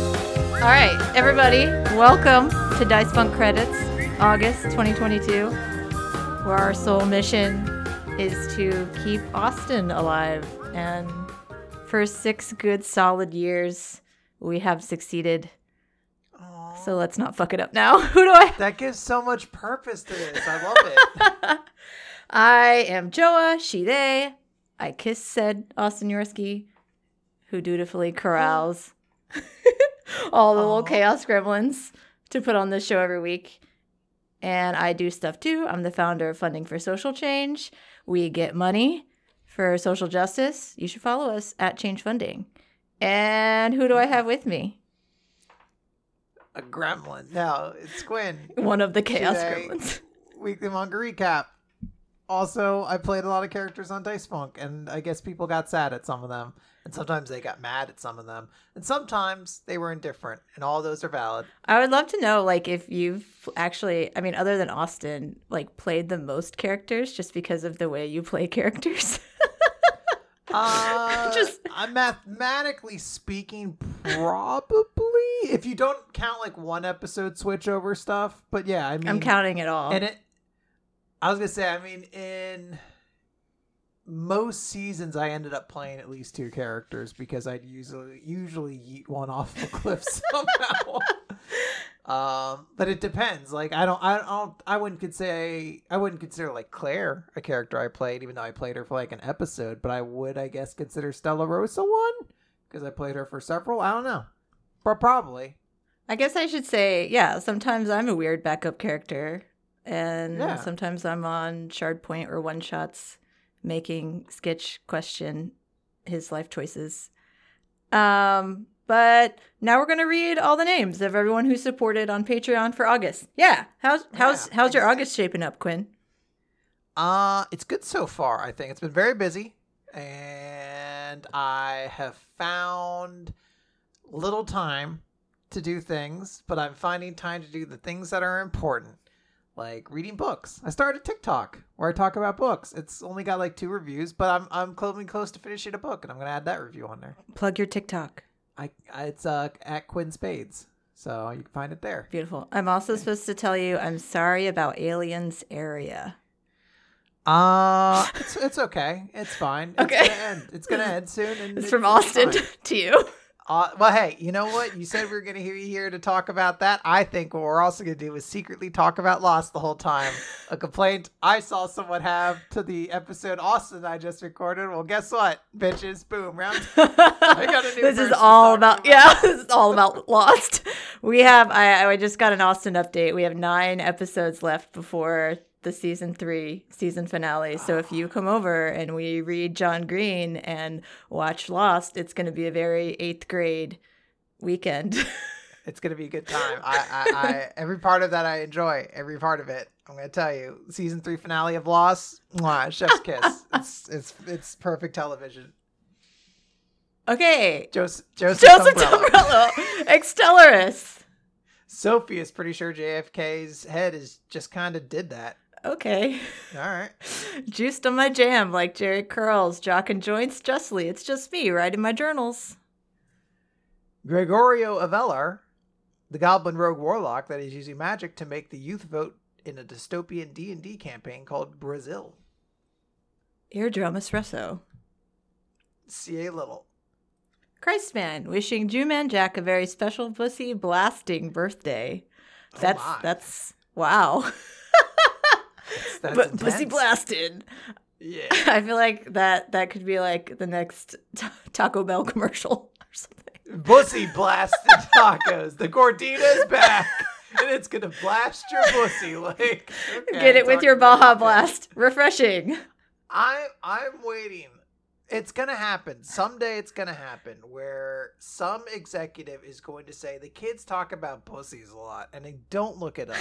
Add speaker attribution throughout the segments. Speaker 1: All right, everybody, welcome to Dice Funk Credits, August 2022, where our sole mission is to keep Austin alive. And for six good solid years, we have succeeded. So let's not fuck it up now. Who do I?
Speaker 2: That gives so much purpose to this. I love it.
Speaker 1: I am Joa, she, they. I kiss said Austin Yorsky, who dutifully corrals all the little
Speaker 2: Aw.
Speaker 1: chaos gremlins to put on this show every week. And I do stuff too. I'm the founder of Funding for Social Change. We get money for social justice. You should follow us at Change Funding. And who do I have with me?
Speaker 2: A gremlin. No, it's Quinn.
Speaker 1: One of the chaos
Speaker 2: Today.
Speaker 1: gremlins.
Speaker 2: Weekly manga recap. Also, I played a lot of characters on Dice Funk, and I guess people got sad at some of them, and sometimes they got mad at some of them, and sometimes they were indifferent, and all those are valid.
Speaker 1: I would love to know, like, if you've actually, I mean, other than Austin, like, played the most characters just because of the way you play characters.
Speaker 2: Uh,
Speaker 1: Just-
Speaker 2: I'm mathematically speaking, probably if you don't count like one episode switchover stuff, but yeah, I mean,
Speaker 1: I'm counting it all.
Speaker 2: And Mm. it, I was gonna say, I mean, in most seasons, I ended up playing at least two characters because I'd usually usually yeet one off the cliff somehow. um, but it depends. Like, I don't, I don't, I wouldn't could say, I wouldn't consider like Claire a character I played, even though I played her for like an episode. But I would, I guess, consider Stella Rosa one because I played her for several. I don't know, but probably.
Speaker 1: I guess I should say, yeah, sometimes I'm a weird backup character, and
Speaker 2: Yeah.
Speaker 1: sometimes I'm on Shard Point or One Shots making Sketch question his life choices. Um, but now we're gonna read all the names of everyone who supported on Patreon for August. Yeah, how's how's
Speaker 2: Yeah,
Speaker 1: how's your
Speaker 2: exact-
Speaker 1: August shaping up, Quinn?
Speaker 2: Uh, it's good so far, I think. It's been very busy, and I have found little time to do things, but I'm finding time to do the things that are important, like reading books. I started TikTok where I talk about books. It's only got like two reviews, but I'm I'm closing close to finishing a book, and I'm gonna add that review on there.
Speaker 1: Plug your TikTok.
Speaker 2: I, I it's uh at Quinn Spades, so you can find it there.
Speaker 1: Beautiful. I'm also supposed to tell you I'm sorry about Aliens Area.
Speaker 2: Uh, it's it's okay, it's fine. It's
Speaker 1: Okay.
Speaker 2: gonna end. It's gonna end soon. And
Speaker 1: It's from
Speaker 2: it's
Speaker 1: Austin
Speaker 2: fine.
Speaker 1: to you.
Speaker 2: Uh, well, hey, you know what? You said we were going to hear you here to talk about that. I think what we're also going to do is secretly talk about Lost the whole time. A complaint I saw someone have to the episode Austin I just recorded. Well, guess what, bitches? Boom, round. got a new
Speaker 1: this is
Speaker 2: person
Speaker 1: all
Speaker 2: talking
Speaker 1: about
Speaker 2: about
Speaker 1: yeah this is all about lost we have I, I just got an austin update we have nine episodes left before the season three season finale so if you come over and we read john green and watch lost it's going to be a very eighth grade weekend
Speaker 2: It's going to be a good time. I, I, I, every part of that I enjoy. Every part of it. I'm going to tell you. Season three finale of Lost. Mwah, chef's kiss. It's it's it's perfect television.
Speaker 1: okay
Speaker 2: Joseph Joseph,
Speaker 1: joseph
Speaker 2: Umbrella.
Speaker 1: Tombrello, extellaris
Speaker 2: Sophie is pretty sure JFK's head is just kind of did that.
Speaker 1: okay
Speaker 2: All right.
Speaker 1: juiced on my jam like jerry curls jock and joints justly it's just me writing my journals
Speaker 2: Gregorio Avelar, the goblin rogue warlock that is using magic to make the youth vote in a dystopian D&D campaign called Brazil.
Speaker 1: eardrum espresso
Speaker 2: C.A. Little.
Speaker 1: Christman wishing Jewman Jack a very special pussy blasting birthday. That's
Speaker 2: my.
Speaker 1: that's wow.
Speaker 2: That's
Speaker 1: but pussy
Speaker 2: intense.
Speaker 1: blasted.
Speaker 2: Yeah.
Speaker 1: I feel like that that could be like the next Ta- Taco Bell commercial or something.
Speaker 2: Pussy blasted tacos. The gordita's back. And it's going to blast your pussy like okay,
Speaker 1: Get it with your
Speaker 2: talking
Speaker 1: Baja
Speaker 2: about-
Speaker 1: Blast. Refreshing.
Speaker 2: I I'm waiting. It's gonna happen. Someday it's gonna happen where some executive is going to say the kids talk about pussies a lot and they don't look it up.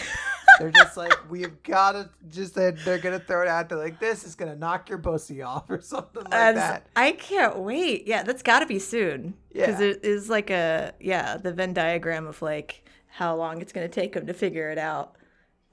Speaker 2: they're just like, we've gotta just they're, they're gonna throw it out there like this is gonna knock your pussy off or something like
Speaker 1: That's-
Speaker 2: that.
Speaker 1: I can't wait. Yeah, that's got to be soon. Because
Speaker 2: Yeah.
Speaker 1: it is like a yeah the Venn diagram of like how long it's going to take them to figure it out.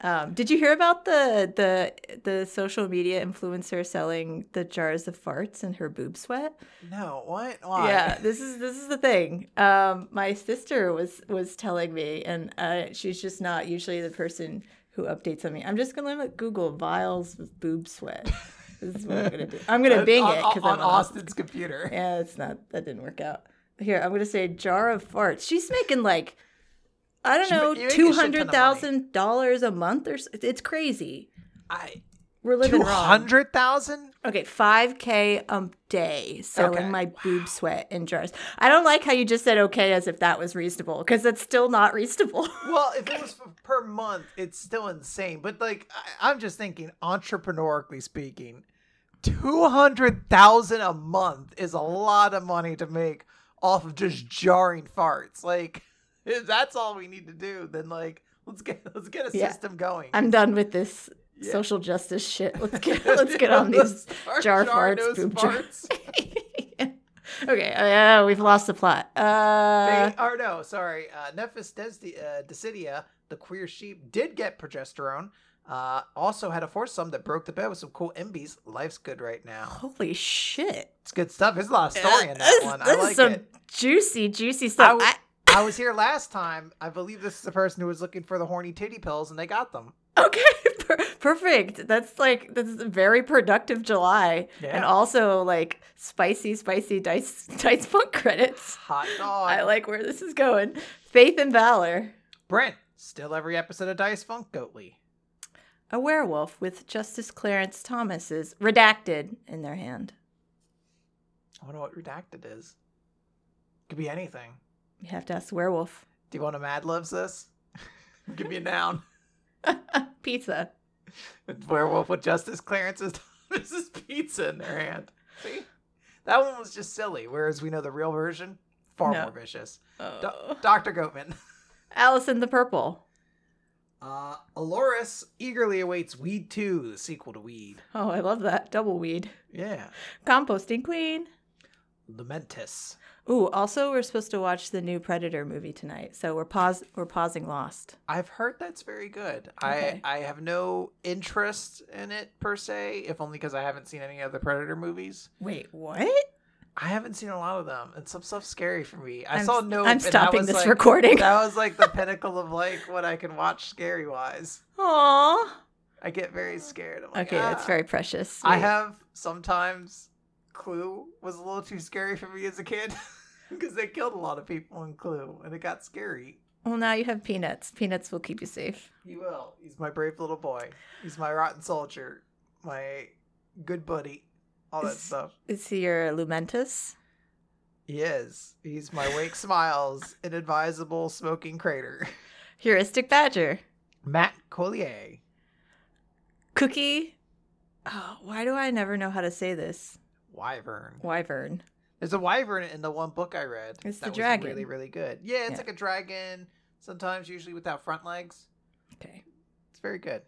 Speaker 1: Um, did you hear about the the the social media influencer selling the jars of farts and her boob sweat?
Speaker 2: No, what? Why?
Speaker 1: Yeah, this is this is the thing. Um, my sister was was telling me, and uh, she's just not usually the person who updates on me. I'm just gonna Google vials with boob sweat. this is what I'm gonna do. I'm gonna Bing
Speaker 2: on,
Speaker 1: it
Speaker 2: on-
Speaker 1: because
Speaker 2: on
Speaker 1: I'm awesome.
Speaker 2: Austin's computer.
Speaker 1: Yeah, it's not. That didn't work out. Here, I'm gonna say jar of farts. She's making like, I don't
Speaker 2: She ma-
Speaker 1: know,
Speaker 2: you make a
Speaker 1: two
Speaker 2: shit ton of money.
Speaker 1: hundred thousand dollars a month or so. It's crazy.
Speaker 2: I
Speaker 1: We're living
Speaker 2: two
Speaker 1: wrong.
Speaker 2: hundred thousand.
Speaker 1: Okay, five k a day selling
Speaker 2: Okay.
Speaker 1: my boob sweat in jars. I don't like how you just said okay as if that was reasonable because that's still not reasonable.
Speaker 2: Well, if it was for, per month, it's still insane. But like, I, I'm just thinking, entrepreneurically speaking, two hundred thousand a month is a lot of money to make off of just jarring farts. Like, if that's all we need to do, then like, let's get let's get a
Speaker 1: Yeah.
Speaker 2: system going.
Speaker 1: I'm done with this
Speaker 2: Yeah.
Speaker 1: social justice shit. Let's get let's get on these
Speaker 2: Start
Speaker 1: jar farts,
Speaker 2: jarring those
Speaker 1: boob jar-
Speaker 2: farts.
Speaker 1: Okay, uh, we've lost the plot. Uh,
Speaker 2: They, or no, sorry. Uh, Nephis Desdi, uh, Desidia, the queer sheep, did get progesterone. Uh, also had a foursome that broke the bed with some cool MBs. Life's good right now.
Speaker 1: holy shit!
Speaker 2: It's good stuff. There's a lot of story in that
Speaker 1: This-
Speaker 2: one. I
Speaker 1: this is
Speaker 2: like
Speaker 1: some
Speaker 2: it.
Speaker 1: Juicy, juicy
Speaker 2: I
Speaker 1: stuff.
Speaker 2: w-
Speaker 1: I-
Speaker 2: I was here last time. I believe this is the person who was looking for the horny titty pills, and they got them.
Speaker 1: okay, per- perfect. That's like that's a very productive July, and
Speaker 2: Yeah.
Speaker 1: also like spicy, spicy dice dice punk credits.
Speaker 2: Hot dog.
Speaker 1: I like where this is going. Faith and valor.
Speaker 2: Brent, still every episode of Dice Funk Goatly.
Speaker 1: A werewolf with Justice Clarence Thomas's redacted in their hand.
Speaker 2: I wonder what redacted is. Could be anything.
Speaker 1: You have to ask the werewolf.
Speaker 2: Do you want a Mad Libs this? Give me a noun.
Speaker 1: Pizza.
Speaker 2: werewolf with Justice Clarence's Thomas's pizza in their hand. See, that one was just silly. Whereas we know the real version, far
Speaker 1: No.
Speaker 2: more vicious.
Speaker 1: Oh.
Speaker 2: Doctor Goatman.
Speaker 1: Alice in the Purple.
Speaker 2: Uh, Aloris eagerly awaits Weed Two, the sequel to Weed.
Speaker 1: Oh, I love that. Double weed.
Speaker 2: Yeah,
Speaker 1: Composting Queen.
Speaker 2: Lamentus.
Speaker 1: Ooh, also we're supposed to watch the new Predator movie tonight, so we're pause we're pausing Lost.
Speaker 2: I've heard that's very good.
Speaker 1: Okay.
Speaker 2: I I have no interest in it per se, if only because I haven't seen any of the Predator movies.
Speaker 1: Wait, what?
Speaker 2: I haven't seen a lot of them, and some stuff's scary for me. I
Speaker 1: I'm
Speaker 2: saw
Speaker 1: s-
Speaker 2: no.
Speaker 1: I'm stopping this recording.
Speaker 2: That was like the pinnacle of like what I can watch scary wise.
Speaker 1: Aww.
Speaker 2: I get very scared. I'm like,
Speaker 1: Okay, that's
Speaker 2: "Ah."
Speaker 1: very precious.
Speaker 2: I
Speaker 1: Wait.
Speaker 2: have sometimes Clue was a little too scary for me as a kid because they killed a lot of people in Clue and it got scary.
Speaker 1: Well, now you have peanuts. Peanuts will keep you safe.
Speaker 2: He will. He's my brave little boy. He's my rotten soldier. My good buddy. All that
Speaker 1: Is-
Speaker 2: stuff.
Speaker 1: Is he your Lumentus?
Speaker 2: He is. He's my wake smiles, inadvisable smoking crater.
Speaker 1: Heuristic Badger.
Speaker 2: Matt Collier.
Speaker 1: Cookie. Oh, why do I never know how to say this?
Speaker 2: Wyvern.
Speaker 1: Wyvern.
Speaker 2: There's a wyvern in the one book I read.
Speaker 1: It's the
Speaker 2: that was
Speaker 1: dragon.
Speaker 2: really, really good. Yeah, it's
Speaker 1: Yeah.
Speaker 2: like a dragon. Sometimes, usually without front legs.
Speaker 1: Okay.
Speaker 2: It's very good.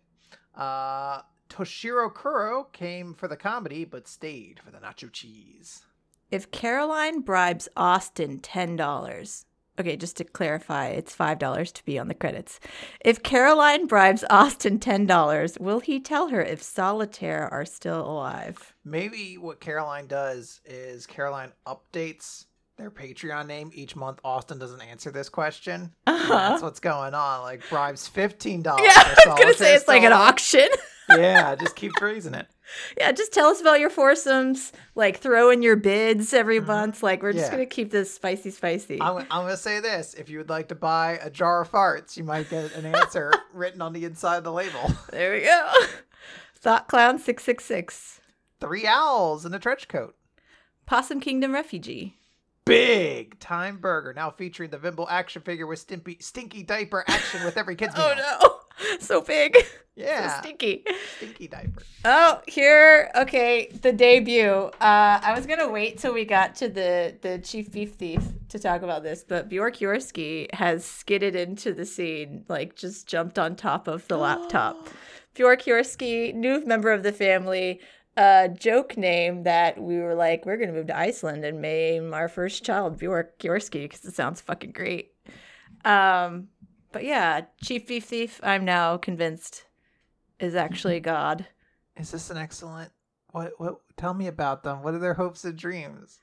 Speaker 2: Uh, Toshiro Kuro came for the comedy, but stayed for the nacho cheese.
Speaker 1: If Caroline bribes Austin $10, okay, just to clarify, it's $5 to be on the credits. If Caroline bribes Austin $10, will he tell her if solitaire are still alive?
Speaker 2: Maybe what Caroline does is Caroline updates their Patreon name each month. Austin doesn't answer this question. And
Speaker 1: Uh-huh.
Speaker 2: That's what's going on. Like bribes fifteen dollars.
Speaker 1: Yeah, I was going to say it's like an auction.
Speaker 2: yeah, just keep freezing it.
Speaker 1: yeah, just tell us about your foursomes. Like throw in your bids every
Speaker 2: Mhm.
Speaker 1: month. Like we're just
Speaker 2: Yeah.
Speaker 1: going to keep this spicy, spicy.
Speaker 2: I'm, I'm gonna say this: if you would like to buy a jar of farts, you might get an answer written on the inside of the label.
Speaker 1: there we go. Thought Clown 666,
Speaker 2: Three owls in a trench coat.
Speaker 1: Possum Kingdom Refugee.
Speaker 2: Big time burger now featuring the Vimble action figure with stimpy, stinky diaper action with every kid's meal.
Speaker 1: Oh no, so big, so
Speaker 2: Yeah,
Speaker 1: stinky.
Speaker 2: stinky diaper.
Speaker 1: Oh, here, okay, the debut. Uh, I was gonna wait till we got to the the chief beef thief to talk about this, but Bjork Yorski has skidded into the scene, like just jumped on top of the laptop. Bjork Yorski, new member of the family, uh, joke name that we were like, we're gonna move to Iceland and name our first child Bjork Yorski because it sounds fucking great. Um, But yeah, Chief Thief Thief, I'm now convinced, is actually God.
Speaker 2: Is this an excellent? What what? Tell me about them. What are their hopes and dreams?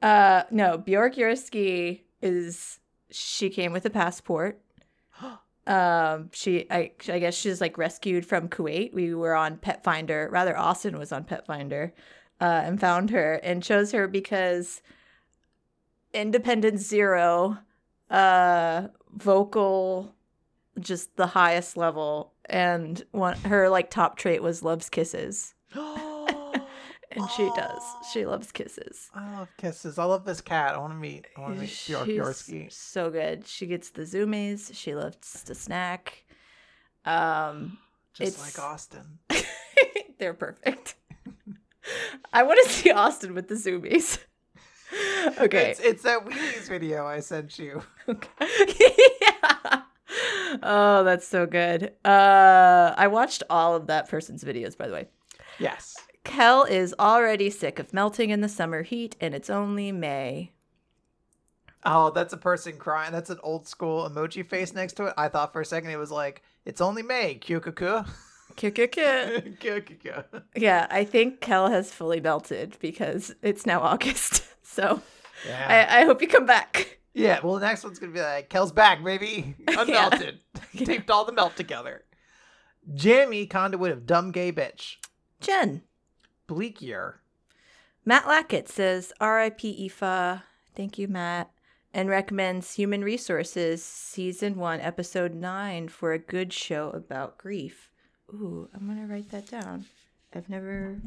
Speaker 1: Uh, no, Bjork Yurski is she came with a passport. Um, she I I guess she's like rescued from Kuwait. We were on Pet Finder, rather Austin was on Pet Finder, uh, and found her and chose her because Independence Zero, uh, vocal, just the highest level, and one her like top trait was loves kisses,
Speaker 2: I
Speaker 1: and she does. She loves kisses.
Speaker 2: love kisses. I love this cat. I want to meet. I want to meet Bjork
Speaker 1: She's
Speaker 2: Yorski.
Speaker 1: So good. She gets the zoomies. She loves to snack. Um,
Speaker 2: Just
Speaker 1: it's-
Speaker 2: like Austin.
Speaker 1: they're perfect. I want to see Austin with the zoomies. Okay.
Speaker 2: It's, it's that Wheaties video I sent you.
Speaker 1: yeah. Oh, that's so good. Uh, I watched all of that person's videos, by the way.
Speaker 2: Yes.
Speaker 1: Kel is already sick of melting in the summer heat, and it's only May.
Speaker 2: Oh, that's a person crying. That's an old school emoji face next to it. I thought for a second it was like, it's only May. Kyokoko. Kyokoko.
Speaker 1: Yeah, I think Kel has fully melted because it's now August. So
Speaker 2: Yeah.
Speaker 1: I, I hope you come back.
Speaker 2: yeah. Well, the next one's going to be like, Kel's back, baby. Unmelted. Taped all the melt together. Jamie, conduit of dumb gay bitch.
Speaker 1: Jen.
Speaker 2: Bleak year.
Speaker 1: Matt Lackett says, RIP IFA. Thank you, Matt. And recommends Human Resources Season 1, Episode 9 for a good show about grief. Ooh, I'm going to write that down. I've never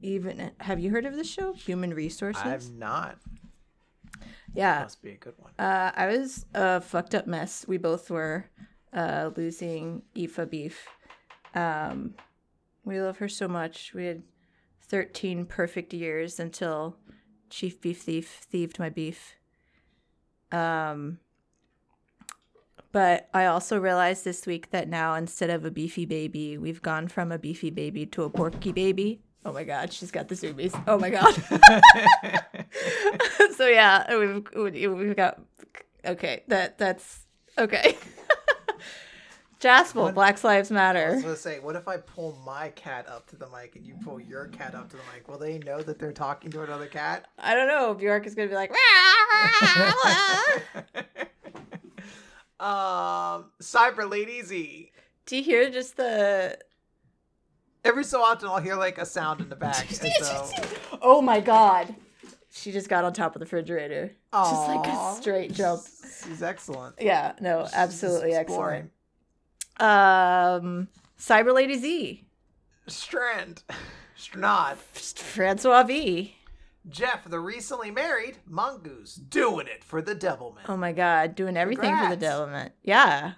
Speaker 1: even. Have you heard of this show? Human Resources?
Speaker 2: I'm not.
Speaker 1: yeah.
Speaker 2: Must be a good one.
Speaker 1: Uh, I was a fucked up mess. We both were uh, losing Aoife Beef. Um, we love her so much. We had 13 perfect years until Chief Beef Thief thieved my beef. Um, but I also realized this week that now instead of a beefy baby, we've gone from a beefy baby to a porky baby. Oh my God, she's got the zoomies. Oh my God. so yeah, we've we've got okay. That that's okay. Jasper, Black Lives
Speaker 2: I was
Speaker 1: Matter.
Speaker 2: gonna say, what if I pull my cat up to the mic and you pull your cat up to the mic? Will they know that they're talking to another cat?
Speaker 1: I don't know. Bjork is gonna be like,
Speaker 2: um, Cyber Lady Z.
Speaker 1: do you hear just the?
Speaker 2: Every so often, I'll hear like a sound in the back. as though-
Speaker 1: Oh my god, she just got on top of the refrigerator. Just like
Speaker 2: Aw.
Speaker 1: a straight jump.
Speaker 2: She's excellent.
Speaker 1: Yeah, no, absolutely
Speaker 2: She's
Speaker 1: excellent.
Speaker 2: exploring.
Speaker 1: Um, Cyber Lady Z,
Speaker 2: Strand, Strnod,
Speaker 1: Francois V.
Speaker 2: Jeff, the recently married mongoose, doing it for the devilman.
Speaker 1: Oh my god, doing everything for the
Speaker 2: Congrats.
Speaker 1: development. Yeah.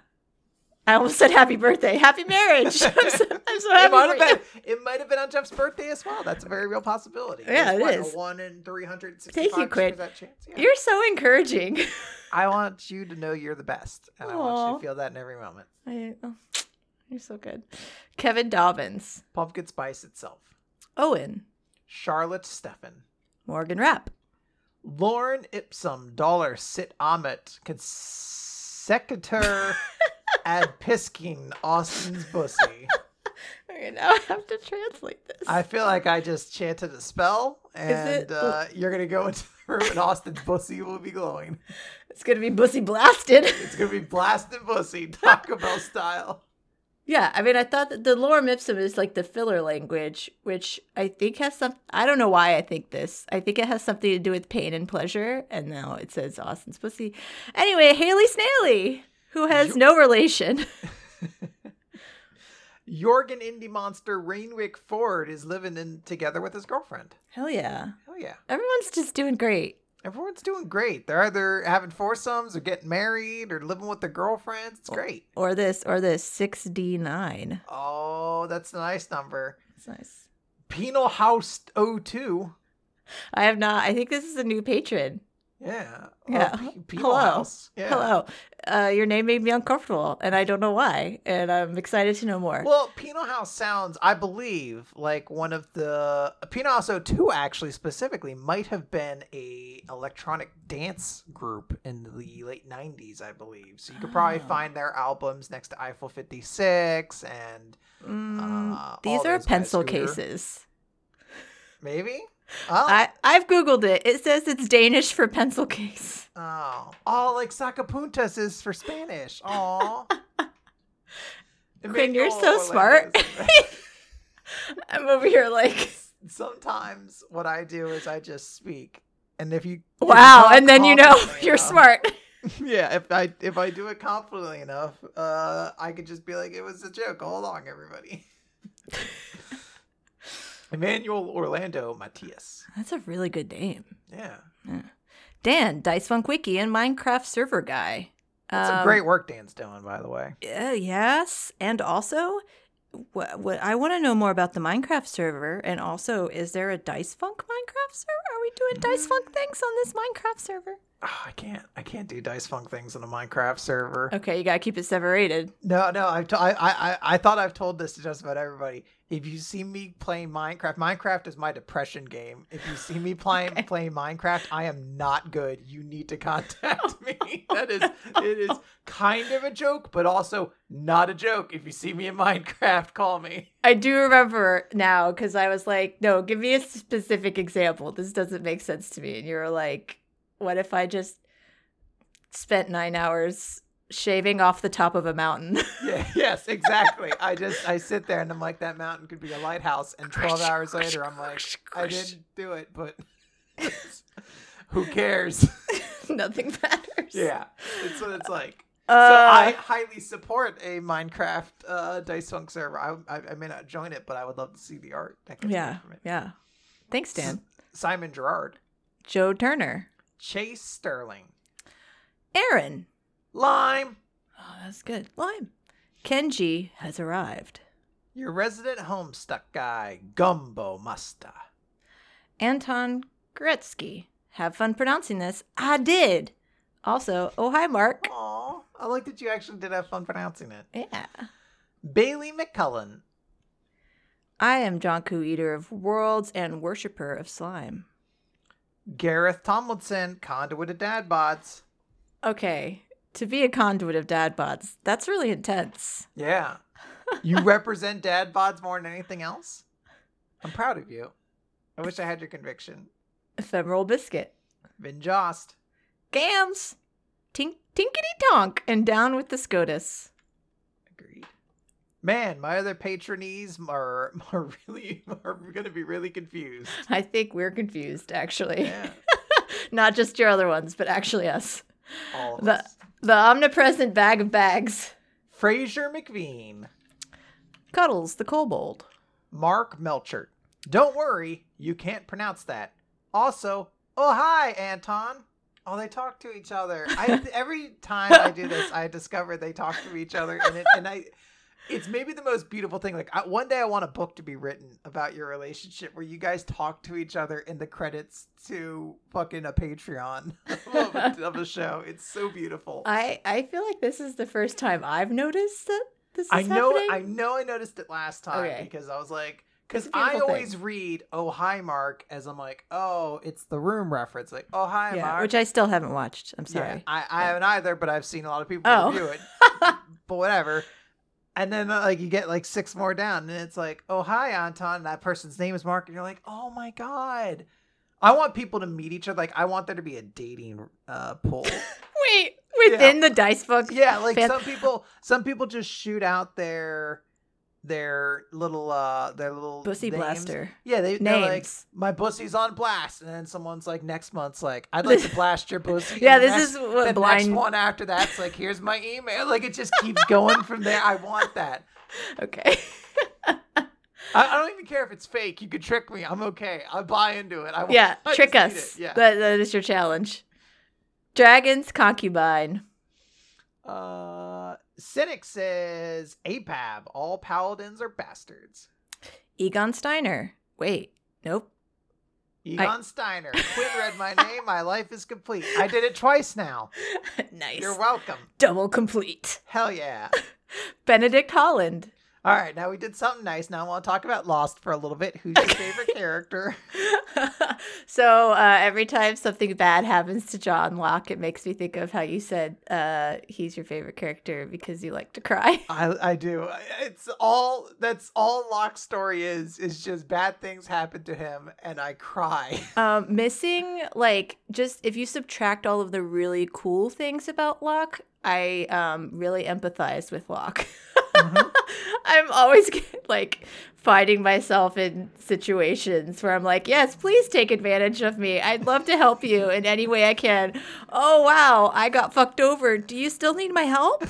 Speaker 1: I almost said happy birthday. Happy marriage. I'm so, I'm so
Speaker 2: it
Speaker 1: happy.
Speaker 2: might have
Speaker 1: for you.
Speaker 2: been. It might have been on Jeff's birthday as well. That's a very real possibility.
Speaker 1: Yeah,
Speaker 2: There's,
Speaker 1: it
Speaker 2: what,
Speaker 1: is.
Speaker 2: A one in three hundred sixty-five.
Speaker 1: Thank you, Quinn.
Speaker 2: That chance. Yeah.
Speaker 1: You're so encouraging.
Speaker 2: I want you to know you're the best, and I want you
Speaker 1: Aw.
Speaker 2: to feel that in every moment.
Speaker 1: I, oh, you're so good. Kevin Dobbins,
Speaker 2: Pumpkin spice itself.
Speaker 1: Owen,
Speaker 2: Charlotte Steffen.
Speaker 1: Morgan Rapp,
Speaker 2: Lauren Ipsum Dollar Sit Amit Consecutor ad Pisking Austin's Bussy.
Speaker 1: Okay, now I have to translate this.
Speaker 2: I feel like I just chanted a spell and
Speaker 1: it-
Speaker 2: uh, you're gonna go into the room and Austin's Bussy will be glowing.
Speaker 1: it's gonna be bussy blasted.
Speaker 2: It's gonna be blasted Bussy, Taco Bell style.
Speaker 1: yeah, I mean, I thought that the lorem ipsum is like the filler language, which I think has some. I don't know why I think this. I think it has something to do with pain and pleasure, and now it says Austin's pussy. Anyway, Haley Snaily, who has no relation.
Speaker 2: Jorgen Indie Monster Rainwick Ford is living in together with his girlfriend.
Speaker 1: Hell yeah,
Speaker 2: Hell yeah.
Speaker 1: everyone's just doing great.
Speaker 2: Everyone's doing great. They're either having foursomes or getting married or living with their girlfriends.
Speaker 1: Oh.
Speaker 2: It's great.
Speaker 1: Or this, or this six D nine.
Speaker 2: Oh, that's a nice number.
Speaker 1: It's nice.
Speaker 2: Penal House 02.
Speaker 1: I have not. I think this is a new patron.
Speaker 2: Yeah.
Speaker 1: Yeah.
Speaker 2: Oh, P- P-
Speaker 1: Hello.
Speaker 2: House. Yeah.
Speaker 1: Hello. Uh, your name made me uncomfortable, and I don't know why. And I'm excited to know more.
Speaker 2: Well, Penal House sounds, I believe, like one of the Penal House 02 actually specifically might have been a electronic dance group in the late 90s, I believe. So you could probably
Speaker 1: Ah.
Speaker 2: find their albums next to Eiffel 56 and
Speaker 1: Mm,
Speaker 2: uh, all
Speaker 1: these are
Speaker 2: those guys
Speaker 1: pencil
Speaker 2: who were-
Speaker 1: cases.
Speaker 2: maybe. Oh,
Speaker 1: I, I've Googled it. It says it's Danish for pencil case.
Speaker 2: oh, oh, like Sacapuntas is for Spanish. Aw.
Speaker 1: Quinn, you're so
Speaker 2: Emmanuel
Speaker 1: smart.
Speaker 2: Orlando's-
Speaker 1: I'm over here like,
Speaker 2: sometimes what I do is I just speak, and if you if you
Speaker 1: wow.
Speaker 2: talk
Speaker 1: And then you know
Speaker 2: confidently
Speaker 1: you're
Speaker 2: enough-
Speaker 1: smart.
Speaker 2: Yeah, if I if I do it confidently enough, uh, I could just be like, "It was a joke all along, everybody." Emmanuel Orlando Matias.
Speaker 1: That's a really good name.
Speaker 2: Yeah,
Speaker 1: Dan, Dice Funk Wiki, and Minecraft Server Guy.
Speaker 2: that's some
Speaker 1: Um,
Speaker 2: great work Dan's doing, by the way.
Speaker 1: Uh, yes, and also, what, what I want to know more about the Minecraft server, and also, is there a Dice Funk Minecraft server? Are we doing Dice Funk things on this Minecraft server?
Speaker 2: Oh, I can't I can't do dice funk things on a Minecraft server.
Speaker 1: Okay, you gotta keep it separated.
Speaker 2: No, no, I've t- I, I, I, I thought I've told this to just about everybody. If you see me playing Minecraft, Minecraft is my depression game. If you see me playing playing Minecraft, I am not good. You need to contact me. that is, it is kind of a joke, but also not a joke. If you see me in Minecraft, call me.
Speaker 1: I do remember now because I was like, no, give me a specific example. This doesn't make sense to me. And you were like, what if I just spent nine hours shaving off the top of a mountain?
Speaker 2: Yeah, yes, exactly. I just I sit there and I'm like, that mountain could be a lighthouse, and 12 hours later, I'm like, I didn't do it, but who cares?
Speaker 1: Nothing matters.
Speaker 2: Yeah, that's what it's like.
Speaker 1: Uh,
Speaker 2: so I highly support a Minecraft uh, Dice Funk server. I, I I may not join it, but I would love to see the art that gets
Speaker 1: Yeah.
Speaker 2: made from it.
Speaker 1: Yeah. Thanks, Dan.
Speaker 2: Simon Gerard,
Speaker 1: Joe Turner.
Speaker 2: Chase Sterling,
Speaker 1: Aaron.
Speaker 2: Lime,
Speaker 1: Oh, that's good. Lime. Kenji has arrived.
Speaker 2: your resident homestuck guy, Gumbo Musta.
Speaker 1: Anton Gretzky. Have fun pronouncing this. I did. Also, oh hi, Mark.
Speaker 2: Aw, I like that you actually did have fun pronouncing it.
Speaker 1: Yeah.
Speaker 2: Bailey McCullen,
Speaker 1: I am Jonku, eater of worlds and worshiper of slime.
Speaker 2: Gareth Tomlinson, conduit of dad bots.
Speaker 1: Okay, to be a conduit of dad bods, that's really intense.
Speaker 2: Yeah, you represent dad bots more than anything else. I'm proud of you. I wish I had your conviction.
Speaker 1: Ephemeral biscuit.
Speaker 2: Vin Jost,
Speaker 1: Gams! Tink- tinkety tonk and down with the SCOTUS.
Speaker 2: Agreed. Man, my other patronies are are really are gonna be really confused.
Speaker 1: I think we're confused, actually.
Speaker 2: Yeah,
Speaker 1: Not just your other ones, but actually us.
Speaker 2: all of
Speaker 1: The-
Speaker 2: us.
Speaker 1: The omnipresent bag of bags.
Speaker 2: Fraser McVean,
Speaker 1: Cuddles the kobold.
Speaker 2: Mark Melchert. Don't worry, you can't pronounce that. Also, oh hi, Anton. Oh, they talk to each other. I, every time I do this, I discover they talk to each other, and it, and I. It's maybe the most beautiful thing. Like I, one day, I want a book to be written about your relationship where you guys talk to each other in the credits to fucking a Patreon of a, of a show. It's so beautiful.
Speaker 1: I, I feel like this is the first time I've noticed that this is
Speaker 2: I know,
Speaker 1: happening.
Speaker 2: I know, I noticed it last time
Speaker 1: Okay.
Speaker 2: because I was like,
Speaker 1: It's
Speaker 2: because
Speaker 1: a
Speaker 2: I
Speaker 1: beautiful
Speaker 2: always read "Oh hi Mark" as I'm like, oh, it's the room reference, like "Oh hi
Speaker 1: yeah,
Speaker 2: Mark."
Speaker 1: which I still haven't watched. I'm
Speaker 2: Yeah,
Speaker 1: sorry.
Speaker 2: I, I haven't either, but I've seen a lot of people
Speaker 1: Oh.
Speaker 2: review it, but whatever. And then uh, like you get like six more down, and it's like, "Oh hi Anton," and that person's name is Mark, and you're like, "Oh my god." I want people to meet each other. Like, I want there to be a dating uh, pool.
Speaker 1: Wait, within the dice book.
Speaker 2: yeah like
Speaker 1: Fan-
Speaker 2: some people some people just shoot out their their little uh their little
Speaker 1: Bussy
Speaker 2: names.
Speaker 1: Blaster.
Speaker 2: yeah they, they're like
Speaker 1: Names.
Speaker 2: my pussy's on blast and then someone's like next month's like i'd like to blast your pussy
Speaker 1: Yeah,
Speaker 2: And the
Speaker 1: this
Speaker 2: next-
Speaker 1: is what
Speaker 2: the
Speaker 1: blind-
Speaker 2: next one after that's like here's my email like it just keeps going from there i want that
Speaker 1: Okay.
Speaker 2: I, I don't even care if it's fake you could trick me i'm okay i buy into it I, want-
Speaker 1: yeah,
Speaker 2: I
Speaker 1: trick
Speaker 2: just need
Speaker 1: us.
Speaker 2: it. yeah
Speaker 1: That, that is your challenge. Dragon's concubine.
Speaker 2: uh cynic says apab all paladins are bastards
Speaker 1: Egon Steiner. Wait, nope.
Speaker 2: Egon Steiner. Quinn read my name. My life is complete. I did it twice now.
Speaker 1: nice.
Speaker 2: You're welcome.
Speaker 1: Double complete.
Speaker 2: Hell yeah.
Speaker 1: Benedict Holland.
Speaker 2: All right, now we did something nice. Now I want to talk about Lost for a little bit. Who's your favorite character?
Speaker 1: so uh, every time something bad happens to John Locke, it makes me think of how you said uh, he's your favorite character because you like to cry.
Speaker 2: I, I do. It's all that's all Locke's story is. Is just bad things happen to him, and I cry.
Speaker 1: Um, missing, like, just if you subtract all of the really cool things about Locke, I um, really empathize with Locke.
Speaker 2: Mhm.
Speaker 1: I'm always get- like finding myself in situations where I'm like, yes, please take advantage of me. I'd love to help you in any way I can. Oh wow, I got fucked over. Do you still need my help?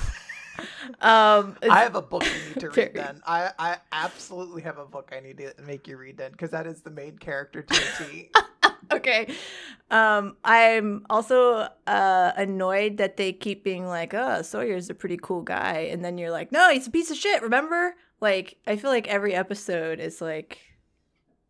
Speaker 1: um, it's-
Speaker 2: I have a book you need to
Speaker 1: Very-
Speaker 2: read then. I, I absolutely have a book I need to make you read then because that is the main character to a T.
Speaker 1: okay. Um, I'm also uh, annoyed that they keep being like, oh, Sawyer's a pretty cool guy. And then you're like, no, he's a piece of shit, remember? Like, I feel like every episode is like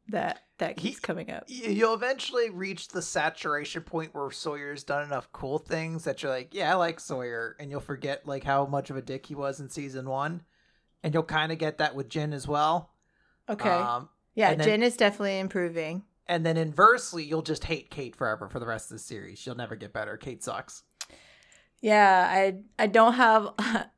Speaker 1: that, that
Speaker 2: He-
Speaker 1: keeps coming up.
Speaker 2: You- You'll eventually reach the saturation point where Sawyer's done enough cool things that you're like, yeah, I like Sawyer, and you'll forget like how much of a dick he was in season one, and you'll kind of get that with Jin as well.
Speaker 1: Okay.
Speaker 2: Um,
Speaker 1: yeah,
Speaker 2: and then-
Speaker 1: Jin is definitely improving.
Speaker 2: and then inversely, you'll just hate Kate forever for the rest of the series. She'll never get better. Kate sucks.
Speaker 1: Yeah, I I don't have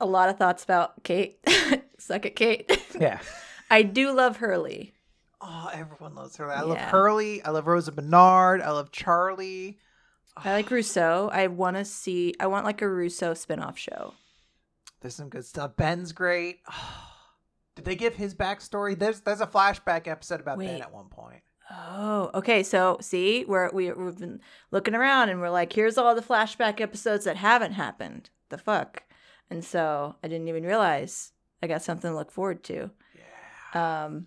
Speaker 1: a lot of thoughts about Kate. Suck at Kate.
Speaker 2: Yeah.
Speaker 1: I do love Hurley.
Speaker 2: Oh, everyone loves Hurley. I love
Speaker 1: Yeah.
Speaker 2: Hurley. I love Rosa Bernard. I love Charlie.
Speaker 1: I like Rousseau. I want to see. I want like a Rousseau spin-off show.
Speaker 2: There's some good stuff. Ben's great. Did they give his backstory? There's there's a flashback episode about Ben
Speaker 1: Wait.
Speaker 2: at one point.
Speaker 1: Oh, okay. So see, we're we, we've been looking around and we're like, here's all the flashback episodes that haven't happened. The fuck. And so I didn't even realize I got something to look forward to.
Speaker 2: Yeah.
Speaker 1: Um,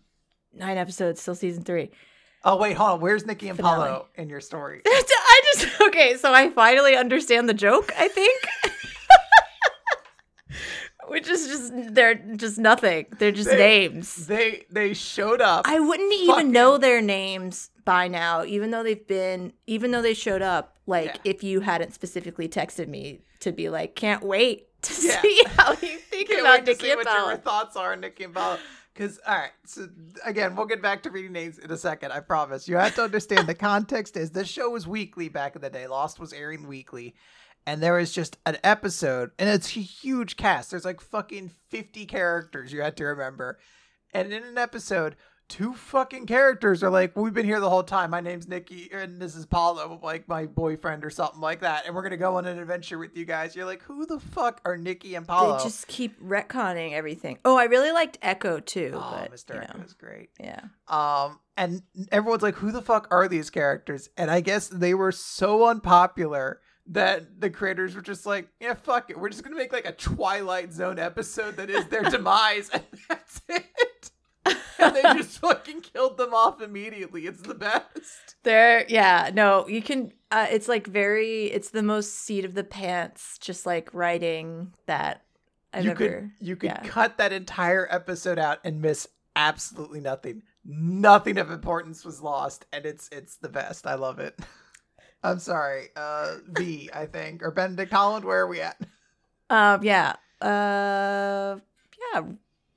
Speaker 1: nine episodes, still season three.
Speaker 2: Oh wait, hold on. Where's Nikki and
Speaker 1: Finale.
Speaker 2: Paulo in your story?
Speaker 1: I just okay, so I finally understand the joke, I think. Which is just they're just nothing. They're just
Speaker 2: They-
Speaker 1: names.
Speaker 2: they they showed up.
Speaker 1: I wouldn't
Speaker 2: fucking-
Speaker 1: even know their names by now, even though they've been even though they showed up, like
Speaker 2: Yeah.
Speaker 1: if you hadn't specifically texted me to be like, Can't wait to
Speaker 2: Yeah.
Speaker 1: see how you think
Speaker 2: Can't
Speaker 1: about
Speaker 2: wait to
Speaker 1: Nicky
Speaker 2: see
Speaker 1: and
Speaker 2: what your
Speaker 1: Paolo.
Speaker 2: thoughts are on Nikki and Paulo. Because all right, so again, we'll get back to reading names in a second. I promise. You have to understand the context is this show was weekly back in the day. Lost was airing weekly, and there was just an episode, and it's a huge cast. There's like fucking fifty characters you had to remember, and in an episode. Two fucking characters are like, we've been here the whole time. My name's Nikki, and this is Paolo, like my boyfriend or something like that. And we're gonna go on an adventure with you guys. You're like, who the fuck are Nikki and Paolo?
Speaker 1: They just keep retconning everything. Oh, I really liked Echo too,
Speaker 2: Oh,
Speaker 1: but
Speaker 2: Mr.
Speaker 1: you
Speaker 2: Echo
Speaker 1: know,
Speaker 2: is great.
Speaker 1: yeah.
Speaker 2: Um, and everyone's like, "Who the fuck are these characters?" And I guess they were so unpopular that the creators were just like, "Yeah, fuck it. We're just gonna make like a Twilight Zone episode that is their demise, and that's it." and they just fucking killed them off immediately. It's the best.
Speaker 1: There, yeah, no, you can. Uh, it's like very. It's the most seat of the pants, just like writing that I've
Speaker 2: you
Speaker 1: ever.
Speaker 2: could you could
Speaker 1: yeah.
Speaker 2: cut that entire episode out and miss absolutely nothing. Nothing of importance was lost, and it's it's the best. I love it. I'm sorry, uh, V, I think, or Benedict Holland. Where are we at?
Speaker 1: Um, yeah, uh, yeah.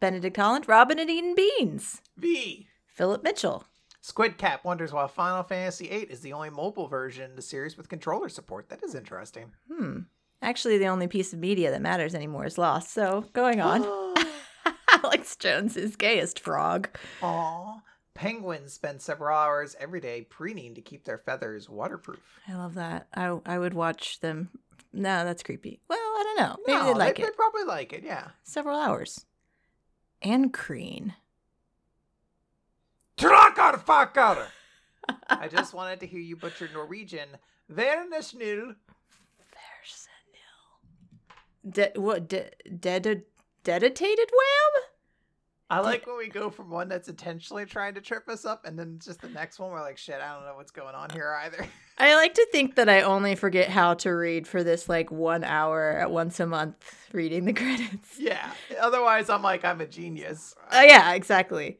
Speaker 1: Benedict Holland, Robin and Eden Beans,
Speaker 2: V.
Speaker 1: Philip Mitchell.
Speaker 2: Squid Cap wonders why Final Fantasy VIII is the only mobile version in the series with controller support. That is interesting.
Speaker 1: Hmm. Actually, the only piece of media that matters anymore is lost. So going on,
Speaker 2: Oh.
Speaker 1: Alex Jones is gayest frog.
Speaker 2: Aw. Penguins spend several hours every day preening to keep their feathers waterproof.
Speaker 1: I love that. I I would watch them. No, that's creepy. Well, I don't know. Maybe they like
Speaker 2: they,
Speaker 1: it.
Speaker 2: They probably like it, yeah.
Speaker 1: Several hours. And Crean.
Speaker 2: Tracker fucker! I just wanted to hear you butcher Norwegian. Vernesnil.
Speaker 1: Versenil. De- what? De- ded- dedicated wham?
Speaker 2: I like when we go from one that's intentionally trying to trip us up and then just the next one we're like, shit, I don't know what's going on here either.
Speaker 1: I like to think that I only forget how to read for this like one hour at once a month reading the credits.
Speaker 2: yeah. Otherwise, I'm
Speaker 1: Uh,
Speaker 2: like, I'm a genius.
Speaker 1: Oh yeah, exactly.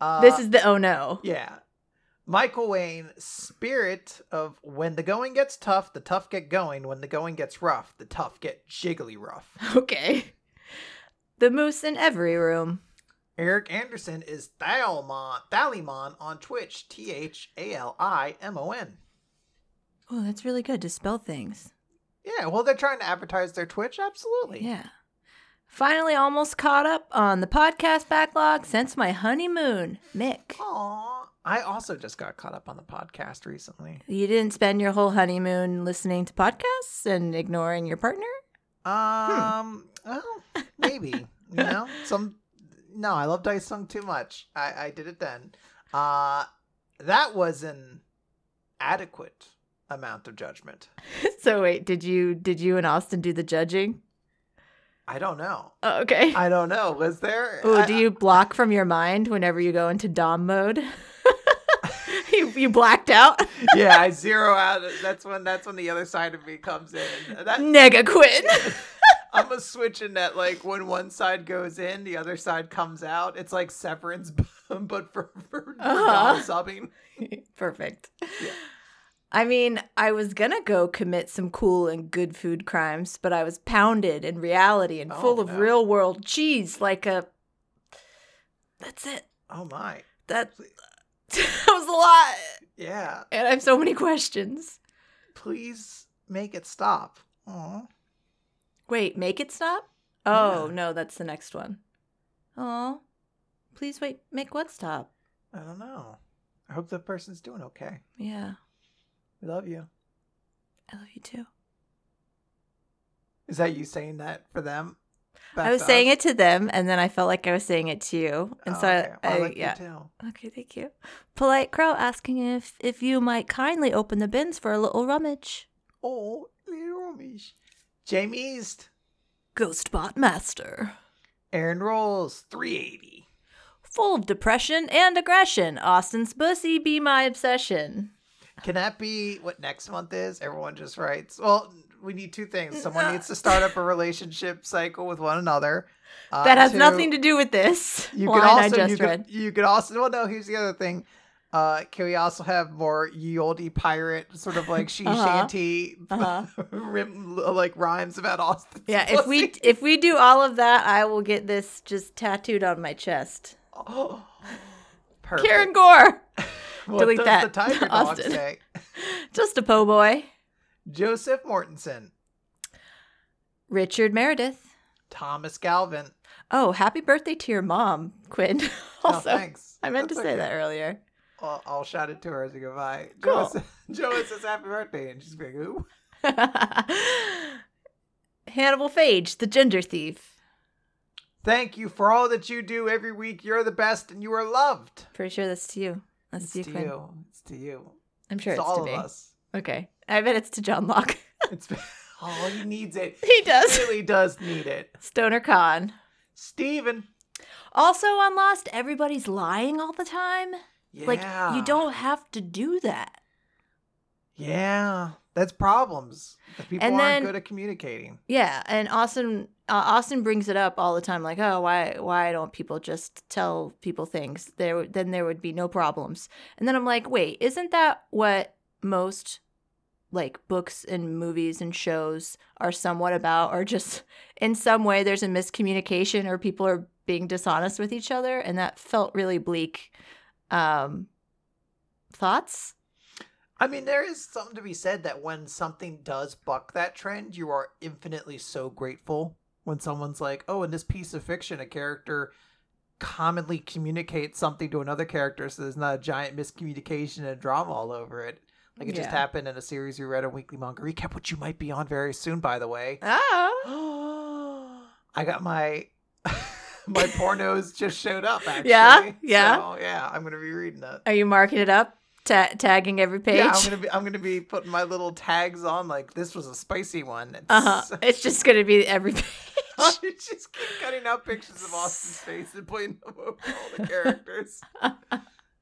Speaker 2: Uh,
Speaker 1: this is the oh no.
Speaker 2: Yeah. Michael Wayne, spirit of when the going gets tough, the tough get going. When the going gets rough, the tough get jiggly rough.
Speaker 1: Okay. The moose in every room.
Speaker 2: Eric Anderson is Thalimon, Thalimon on Twitch, T H A L I M O N.
Speaker 1: Oh, that's really good to spell things.
Speaker 2: Yeah, well, they're trying to advertise their Twitch. Absolutely.
Speaker 1: Yeah. Finally, almost caught up on the podcast backlog since my honeymoon. Mick,
Speaker 2: Aw, I also just got caught up on the podcast recently.
Speaker 1: you didn't spend your whole honeymoon listening to podcasts and ignoring your partner? Hmm.
Speaker 2: Um, well, maybe you know some. No, I love Dice Song too much. I I did it then. Uh, that was an adequate amount of judgment.
Speaker 1: so wait, did you did you and Austin do the judging?
Speaker 2: I don't know.
Speaker 1: Oh, okay.
Speaker 2: I don't know. Was there?
Speaker 1: Oh,
Speaker 2: I-
Speaker 1: do you block from your mind whenever you go into dom mode? you you blacked out.
Speaker 2: yeah, I zero out. That's when that's when the other side of me comes in. That
Speaker 1: Nega quit.
Speaker 2: I'm a switch in that like when one side goes in, the other side comes out. It's like Severance, but for for, for
Speaker 1: Uh-huh.
Speaker 2: non-subbing.
Speaker 1: Perfect. I mean, I was gonna go commit some cool and good food crimes, but I was pounded in reality and full
Speaker 2: Oh,
Speaker 1: of
Speaker 2: no.
Speaker 1: real world cheese like a. That's it.
Speaker 2: Oh my,
Speaker 1: That that was a lot,
Speaker 2: yeah.
Speaker 1: and I have so many questions.
Speaker 2: please make it stop. Aw.
Speaker 1: Wait, make it stop? Oh
Speaker 2: Yeah.
Speaker 1: no, that's the next one. Oh, please wait. Make what stop?
Speaker 2: I don't know. I hope the person's doing okay.
Speaker 1: Yeah,
Speaker 2: We love you.
Speaker 1: I love you too.
Speaker 2: Is that you saying that for them?
Speaker 1: I was saying it to them, and then I felt like I was saying it to you, and
Speaker 2: Oh,
Speaker 1: so I, I
Speaker 2: like
Speaker 1: yeah.
Speaker 2: You too.
Speaker 1: Okay, thank you. Polite crow asking if if you might kindly open the bins for a little rummage.
Speaker 2: Oh, little Mish. Jamie East,
Speaker 1: Ghostbot master,
Speaker 2: Aaron Rolls, three eighty.
Speaker 1: full of depression and aggression. Austin's bussy be my obsession.
Speaker 2: Can that be what next month is? Everyone just writes. Well, we need two things. Someone needs to start up a relationship cycle with one another. Uh,
Speaker 1: that has
Speaker 2: two-
Speaker 1: nothing to do with this
Speaker 2: You
Speaker 1: line
Speaker 2: could also
Speaker 1: I just
Speaker 2: you
Speaker 1: read.
Speaker 2: could you could also well no here's the other thing. Uh, can we also have more ye olde pirate sort of like she
Speaker 1: Uh-huh.
Speaker 2: shanty
Speaker 1: Uh-huh.
Speaker 2: rim, like rhymes about Austin?
Speaker 1: Yeah, if we if we do all of that, I will get this just tattooed on my chest.
Speaker 2: oh, perfect.
Speaker 1: Karen Gore,
Speaker 2: what
Speaker 1: delete
Speaker 2: does
Speaker 1: that,
Speaker 2: The tiger dog
Speaker 1: Austin.
Speaker 2: say?
Speaker 1: just a po' boy.
Speaker 2: Joseph Mortensen,
Speaker 1: Richard Meredith.
Speaker 2: Thomas Galvin.
Speaker 1: Oh, happy birthday to your mom, Quinn. also,
Speaker 2: oh, thanks.
Speaker 1: I meant
Speaker 2: That's
Speaker 1: to say
Speaker 2: okay.
Speaker 1: that earlier.
Speaker 2: I'll, I'll shout it to her as we go by.
Speaker 1: Cool.
Speaker 2: Joe, Joe says happy birthday, and she's like, "Who?"
Speaker 1: Hannibal Phage, the gender thief.
Speaker 2: Thank you for all that you do every week. You're the best, and you are loved.
Speaker 1: Pretty sure that's to you. That's
Speaker 2: It's
Speaker 1: to you,
Speaker 2: to
Speaker 1: Quinn.
Speaker 2: you. It's to you.
Speaker 1: I'm sure
Speaker 2: it's,
Speaker 1: it's,
Speaker 2: all
Speaker 1: to
Speaker 2: of
Speaker 1: me.
Speaker 2: us.
Speaker 1: Okay. I bet it's to John Locke.
Speaker 2: It's oh, he needs it.
Speaker 1: he does.
Speaker 2: really does need it.
Speaker 1: Stoner Khan.
Speaker 2: Steven.
Speaker 1: Also on Lost, everybody's lying all the time.
Speaker 2: Yeah.
Speaker 1: Like, you don't have to do that.
Speaker 2: Yeah, that's problems. The People
Speaker 1: And
Speaker 2: aren't
Speaker 1: then-
Speaker 2: good at communicating.
Speaker 1: Yeah, and Austin uh, Austin brings it up all the time, like, oh, why why don't people just tell people things? There would- then there would be no problems. And then I'm like, wait, isn't that what most like books and movies and shows are somewhat about, or just in some way there's a miscommunication or people are being dishonest with each other, and that felt really bleak. Um, thoughts?
Speaker 2: I mean, there is something to be said that when something does buck that trend, you are infinitely so grateful when someone's like, oh, in this piece of fiction, a character commonly communicates something to another character so there's not a giant miscommunication and drama all over it. Like it just
Speaker 1: Yeah.
Speaker 2: happened in a series we read on Weekly Manga Recap, which you might be on very soon, by the way.
Speaker 1: Oh,
Speaker 2: I got my my pornos just showed up actually.
Speaker 1: Yeah, yeah.
Speaker 2: So, yeah, I'm gonna be reading that.
Speaker 1: are you marking it up, ta- tagging every page?
Speaker 2: Yeah, I'm gonna be I'm gonna be putting my little tags on like this was a spicy one. It's-
Speaker 1: Uh huh. It's just gonna be every page.
Speaker 2: I just keep cutting out pictures of Austin's face and putting them over all the characters.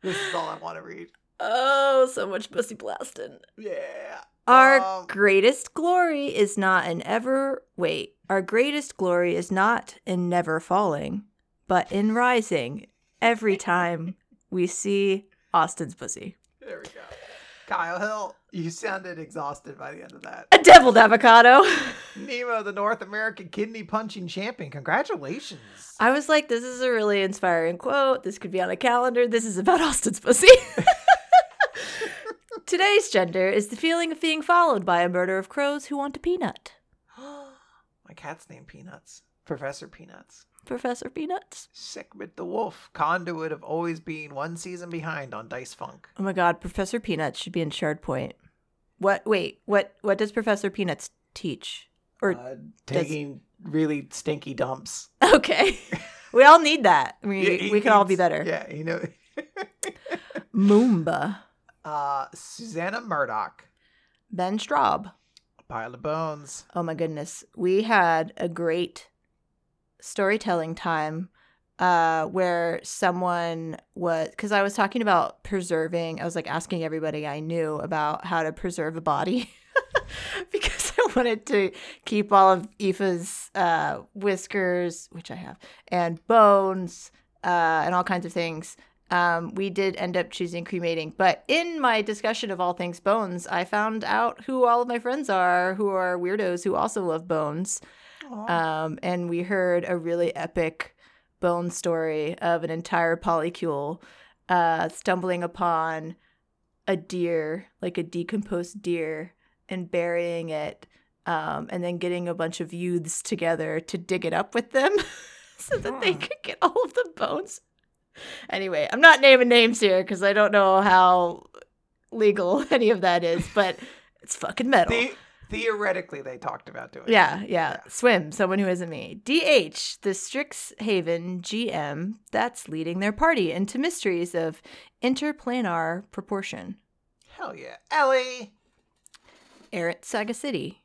Speaker 2: this is all I want to read.
Speaker 1: oh, so much pussy blasting.
Speaker 2: Yeah.
Speaker 1: Our
Speaker 2: Um,
Speaker 1: greatest glory is not in ever wait. Our greatest glory is not in never falling, but in rising every time we see Austin's pussy.
Speaker 2: There we go. Kyle Hill, you sounded exhausted by the end of that.
Speaker 1: A deviled avocado.
Speaker 2: Nemo, the North American kidney punching champion. Congratulations.
Speaker 1: I was like, this is a really inspiring quote. This could be on a calendar. This is about Austin's pussy. Today's gender is the feeling of being followed by a murder of crows who want a peanut.
Speaker 2: My cat's named Peanuts. Professor Peanuts.
Speaker 1: Professor Peanuts.
Speaker 2: Segment the Wolf, conduit of always being one season behind on Dice Funk.
Speaker 1: Oh my god, Professor Peanuts should be in Shard Point. What wait, what what does Professor Peanuts teach? Or
Speaker 2: Uh, taking really stinky dumps.
Speaker 1: okay. we all need that. We
Speaker 2: Yeah, he
Speaker 1: we can all be
Speaker 2: needs-
Speaker 1: better.
Speaker 2: Yeah, you know.
Speaker 1: Moomba.
Speaker 2: Uh, Susanna Murdoch,
Speaker 1: Ben Straub.
Speaker 2: a pile of bones.
Speaker 1: Oh my goodness. We had a great storytelling time uh where someone was cuz I was talking about preserving. I was like asking everybody I knew about how to preserve a body because I wanted to keep all of Aoife's uh whiskers, which I have, and bones uh and all kinds of things. Um, we did end up choosing cremating, but in my discussion of all things bones, I found out who all of my friends are, who are weirdos who also love bones. Um, and we heard a really epic bone story of an entire polycule uh, stumbling upon a deer, like a decomposed deer, and burying it, um, and then getting a bunch of youths together to dig it up with them so that they
Speaker 2: Hmm.
Speaker 1: could get all of the bones. Anyway, I'm not naming names here because I don't know how legal any of that is, but it's fucking metal.
Speaker 2: The- theoretically, they talked about doing. it.
Speaker 1: Yeah, yeah,
Speaker 2: Yeah.
Speaker 1: Swim, someone who isn't me. DH, the Strixhaven GM that's leading their party into mysteries of interplanar proportion.
Speaker 2: Hell yeah, Ellie,
Speaker 1: Errant Saga City.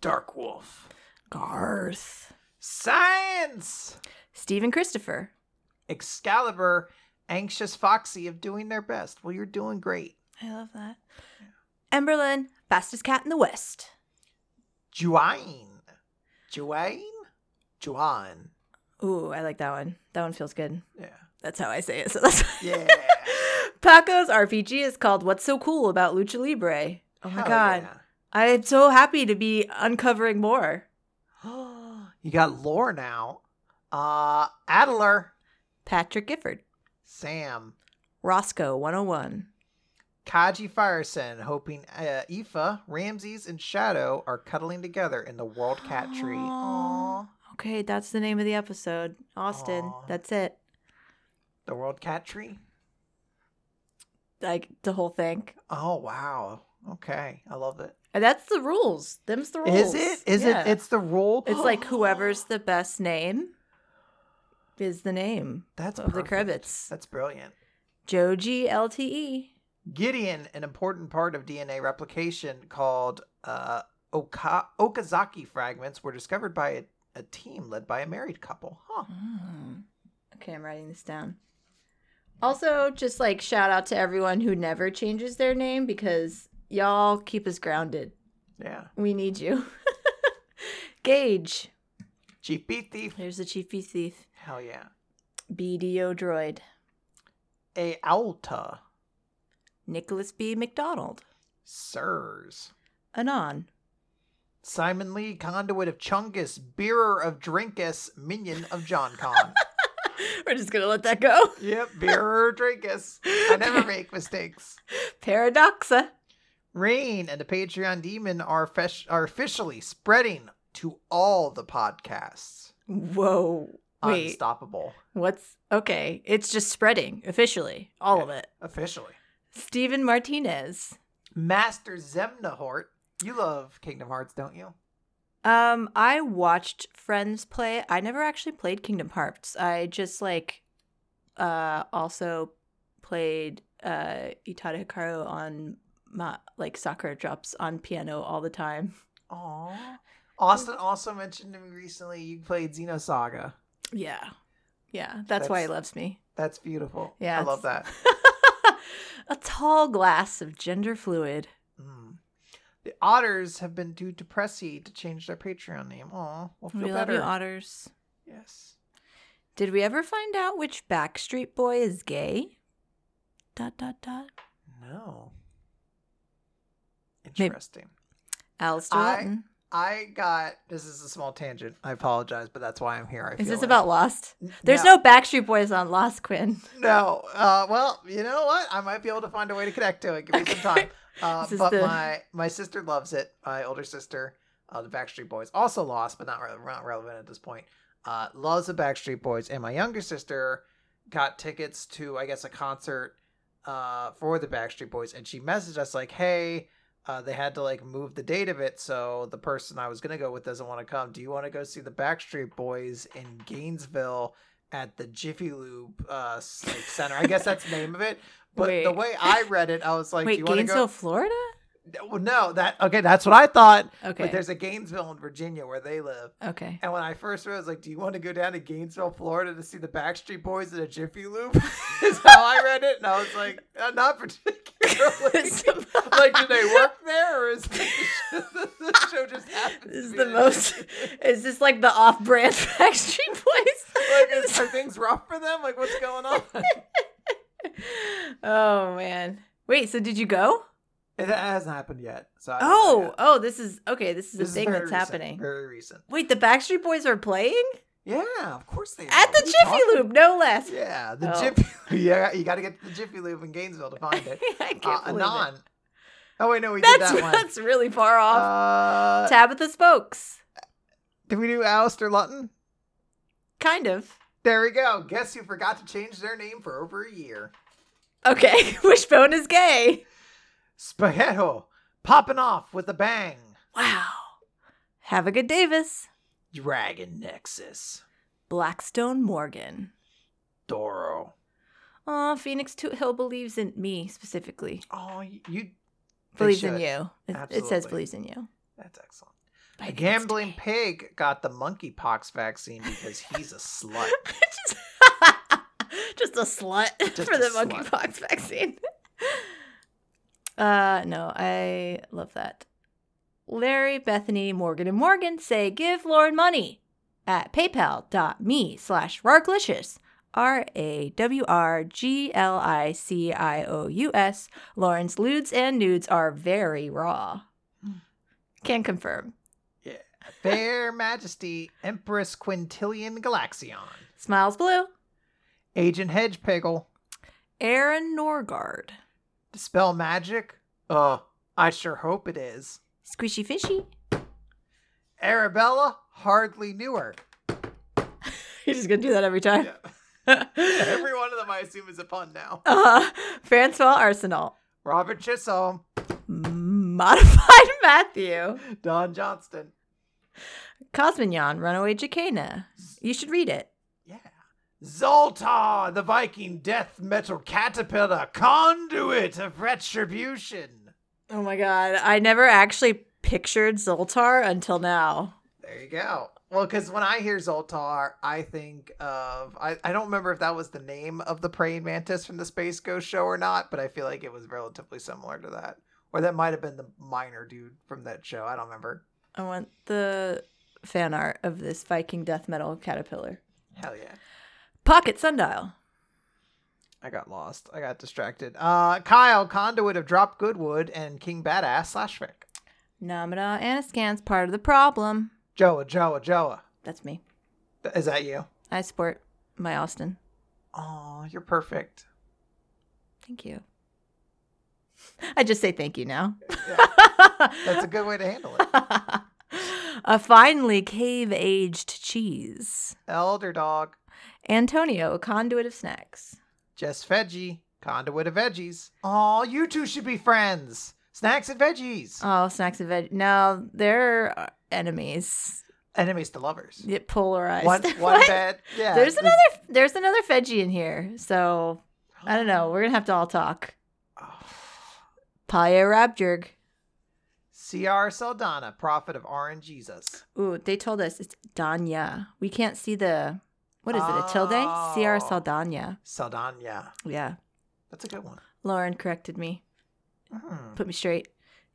Speaker 2: Dark Wolf,
Speaker 1: Garth.
Speaker 2: Science,
Speaker 1: Stephen Christopher.
Speaker 2: Excalibur, Anxious Foxy of doing their best. Well, you're doing great.
Speaker 1: I love that. Emberlyn, fastest cat in the West.
Speaker 2: Joanne, Joanne, Joanne.
Speaker 1: Ooh, I like that one. That one feels good.
Speaker 2: Yeah,
Speaker 1: That's how I say it. So that's
Speaker 2: yeah.
Speaker 1: Paco's RPG is called What's So Cool About Lucha Libre. Oh my
Speaker 2: Hell
Speaker 1: god.
Speaker 2: yeah.
Speaker 1: I'm so happy to be uncovering more.
Speaker 2: you got Lore now. Uh, Adler,
Speaker 1: Patrick Gifford.
Speaker 2: Sam,
Speaker 1: Roscoe 101.
Speaker 2: Kaji Fireson, hoping uh, Aoife, Ramses, and Shadow are cuddling together in the World Cat Tree.
Speaker 1: Aw.
Speaker 2: Aww.
Speaker 1: Okay, that's the name of the episode. Austin,
Speaker 2: Aw.
Speaker 1: that's it.
Speaker 2: The World Cat Tree?
Speaker 1: Like the whole thing.
Speaker 2: Oh, wow. Okay. I love it.
Speaker 1: And that's the rules. Them's the
Speaker 2: Is
Speaker 1: rules.
Speaker 2: it? Is
Speaker 1: Yeah.
Speaker 2: it? It's the rule?
Speaker 1: It's like whoever's the best name is the name.
Speaker 2: That's
Speaker 1: of the
Speaker 2: perfect.
Speaker 1: Krebits.
Speaker 2: That's brilliant.
Speaker 1: Joji E. LTE.
Speaker 2: Gideon, an important part of DNA replication called uh, Oka- Okazaki fragments, were discovered by a, a team led by a married couple. Huh.
Speaker 1: Hmm. Okay, I'm writing this down. Also, just like shout out to everyone who never changes their name because y'all keep us grounded.
Speaker 2: Yeah.
Speaker 1: We need you. Gage.
Speaker 2: Chief Beat Thief.
Speaker 1: There's the chief beast thief.
Speaker 2: Hell yeah.
Speaker 1: BDO droid.
Speaker 2: A Alta.
Speaker 1: Nicholas B. McDonald.
Speaker 2: Sirs.
Speaker 1: Anon.
Speaker 2: Simon Lee, conduit of Chungus, bearer of Drinkus, minion of John Con.
Speaker 1: We're just gonna let that go.
Speaker 2: yep, bearer of Drinkus. I never make mistakes.
Speaker 1: Paradoxa.
Speaker 2: Rain and the Patreon Demon are, fesh- are officially spreading to all the podcasts.
Speaker 1: Whoa. Wait.
Speaker 2: Unstoppable.
Speaker 1: What's okay? It's just spreading officially, all of it.
Speaker 2: Officially.
Speaker 1: Steven Martinez.
Speaker 2: Master Zemnahort. You love Kingdom Hearts, don't you?
Speaker 1: Um, I watched friends play. I never actually played Kingdom Hearts. I just like, uh, also played uh Itada Hikaru on my like soccer drops on piano all the time.
Speaker 2: Aww. Austin also mentioned to me recently you played Xenosaga.
Speaker 1: Yeah, yeah. That's, why he
Speaker 2: That's-
Speaker 1: loves me.
Speaker 2: That's beautiful.
Speaker 1: Yeah,
Speaker 2: I love that.
Speaker 1: a tall glass of gender fluid.
Speaker 2: Mm. The otters have been too depressy to change their Patreon name. Aw, we'll feel
Speaker 1: we love
Speaker 2: better.
Speaker 1: you, otters.
Speaker 2: yes.
Speaker 1: Did we ever find out which Backstreet Boy is gay? Dot dot dot.
Speaker 2: know.
Speaker 1: Maybe-
Speaker 2: Interesting.
Speaker 1: Alistair
Speaker 2: I-
Speaker 1: Walton.
Speaker 2: I got this is a small tangent. I apologize, but that's why I'm here. I
Speaker 1: Is
Speaker 2: feel
Speaker 1: this
Speaker 2: like.
Speaker 1: about Lost?
Speaker 2: N-
Speaker 1: There's no. Backstreet Boys on Lost, Quinn.
Speaker 2: No. Uh, well, you know what? I might be able to find a way to connect to it. Give me
Speaker 1: Okay.
Speaker 2: some time. Uh,
Speaker 1: This is
Speaker 2: but
Speaker 1: the-
Speaker 2: my my sister loves it. My older sister, uh, the Backstreet Boys, also lost, but not re- not relevant at this point. Uh, loves the Backstreet Boys, and my younger sister got tickets to I guess a concert uh, for the Backstreet Boys, and she messaged us like, "Hey." Uh, they had to like move the date of it, so the person I was gonna go with doesn't want to come. Do you want to go see the Backstreet Boys in Gainesville at the Jiffy Lube uh, s- like Center. I guess that's the name of it. But the
Speaker 1: Wait.
Speaker 2: way I read it, I was like, "Do
Speaker 1: Wait,
Speaker 2: you want to
Speaker 1: Gainesville,
Speaker 2: go?"
Speaker 1: Florida?
Speaker 2: Well, no, that okay. That's what I thought.
Speaker 1: Okay.
Speaker 2: But there's a Gainesville in Virginia where they live.
Speaker 1: okay.
Speaker 2: And when I first read, it, I was like, "Do you want to go down to Gainesville, Florida, to see the Backstreet Boys in a Jiffy Lube?" Is how I read it, and I was like, "Uh, "Not particularly." like, do they work there, or is this the show just happens?
Speaker 1: This is
Speaker 2: to be
Speaker 1: the
Speaker 2: in a
Speaker 1: most.
Speaker 2: Jiffy
Speaker 1: Is this like the off-brand Backstreet
Speaker 2: Lube?
Speaker 1: Boys?
Speaker 2: Like, is, are things rough for them? Like, what's going on?
Speaker 1: oh man! Wait, so did you go?
Speaker 2: It hasn't happened yet. So I don't know
Speaker 1: Oh,
Speaker 2: yet.
Speaker 1: oh, this is okay. This is a
Speaker 2: This is
Speaker 1: thing
Speaker 2: very
Speaker 1: that's
Speaker 2: recent,
Speaker 1: happening.
Speaker 2: Very recent.
Speaker 1: Wait, the Backstreet Boys are playing
Speaker 2: Yeah, of course they
Speaker 1: at
Speaker 2: are.
Speaker 1: the
Speaker 2: What are you
Speaker 1: Jiffy
Speaker 2: talking-
Speaker 1: Lube, no less.
Speaker 2: Yeah, the
Speaker 1: Oh.
Speaker 2: Jiffy. Yeah, you got to get to the Jiffy Lube in Gainesville to find it.
Speaker 1: I can't
Speaker 2: uh,
Speaker 1: believe it.
Speaker 2: Anon. Oh wait, no, we
Speaker 1: That's
Speaker 2: did that one.
Speaker 1: that's really far off.
Speaker 2: Uh,
Speaker 1: Tabitha Spokes,
Speaker 2: did we do Alistair Lutton?
Speaker 1: kind of.
Speaker 2: There we go. Guess who forgot to change their name for over a year?
Speaker 1: Okay, Wishbone is gay.
Speaker 2: Spaghetto popping off with a bang.
Speaker 1: Wow. Have a good Davis.
Speaker 2: Dragon Nexus.
Speaker 1: Blackstone Morgan.
Speaker 2: Doro.
Speaker 1: Oh, Phoenix Toot Hill believes in me specifically.
Speaker 2: Oh, you. you they
Speaker 1: Believes in
Speaker 2: should.
Speaker 1: you. It, it says
Speaker 2: Absolutely.
Speaker 1: believes in you.
Speaker 2: That's excellent.
Speaker 1: But I
Speaker 2: A
Speaker 1: think it's
Speaker 2: gambling
Speaker 1: gay.
Speaker 2: pig got the monkeypox vaccine because he's a slut.
Speaker 1: just, just a slut
Speaker 2: Just
Speaker 1: for
Speaker 2: a
Speaker 1: the
Speaker 2: slut.
Speaker 1: monkeypox vaccine. uh no, I love that. Larry, Bethany, Morgan, and Morgan say give Lauren money at paypal.me slash rarglicious. R A W R G L I C I O U S. Lauren's lewds and nudes are very raw.
Speaker 2: Hmm.
Speaker 1: Can confirm.
Speaker 2: Fair Majesty Empress Quintilian Galaxion.
Speaker 1: Smiles Blue,
Speaker 2: Agent Hedgepiggle.
Speaker 1: Aaron Norgard,
Speaker 2: Dispel magic? Uh, I sure hope it is.
Speaker 1: Squishy Fishy,
Speaker 2: Arabella hardly knew her.
Speaker 1: He's just gonna do that every time.
Speaker 2: Every one of them I assume is a pun now.
Speaker 1: uh, Francois Arsenal,
Speaker 2: Robert Chisholm,
Speaker 1: modified Matthew,
Speaker 2: Don Johnston.
Speaker 1: Cosmignon, Runaway Jacana. You should read it.
Speaker 2: Yeah. Zoltar, the Viking death metal caterpillar, conduit of retribution.
Speaker 1: Oh my god, I never actually pictured Zoltar until now.
Speaker 2: There you go. Well, because when I hear Zoltar, I think of I, I don't remember if that was the name of the praying mantis from the Space Ghost show or not, but I feel like it was relatively similar to that. Or that might have been the minor dude from that show. I don't remember.
Speaker 1: I want the fan art of this Viking death metal caterpillar.
Speaker 2: Hell yeah.
Speaker 1: Pocket Sundial.
Speaker 2: I got lost. I got distracted. Uh Kyle, conduit of Drop Goodwood and King Badass slash Rick.
Speaker 1: Namada Anascan's part of the problem.
Speaker 2: Joa, Joa, Joa.
Speaker 1: That's me.
Speaker 2: Th- Is that you?
Speaker 1: I support my Austin.
Speaker 2: Oh, you're perfect.
Speaker 1: Thank you. I just say thank you now.
Speaker 2: Yeah, that's a good way to handle it.
Speaker 1: a finely cave aged cheese.
Speaker 2: Elder Dog,
Speaker 1: Antonio, a conduit of snacks.
Speaker 2: Just Veggie, Conduit of Veggies. Aw, you two should be friends. Snacks and veggies.
Speaker 1: Oh, snacks and veg. No, they're uh, enemies.
Speaker 2: Enemies to lovers.
Speaker 1: Get polarized.
Speaker 2: One, one
Speaker 1: What?
Speaker 2: bed. Yeah.
Speaker 1: There's
Speaker 2: this-
Speaker 1: another. There's another veggie in here. So I don't know. We're gonna have to all talk. Paya Rabjerg.
Speaker 2: C.R. Saldana, prophet of orange Jesus.
Speaker 1: Ooh, they told us it's Danya. We can't see the. What is it? A tilde? Sierra
Speaker 2: Oh.
Speaker 1: Saldana.
Speaker 2: Saldana.
Speaker 1: Yeah.
Speaker 2: That's a good one.
Speaker 1: Lauren corrected me.
Speaker 2: Hmm.
Speaker 1: Put me straight.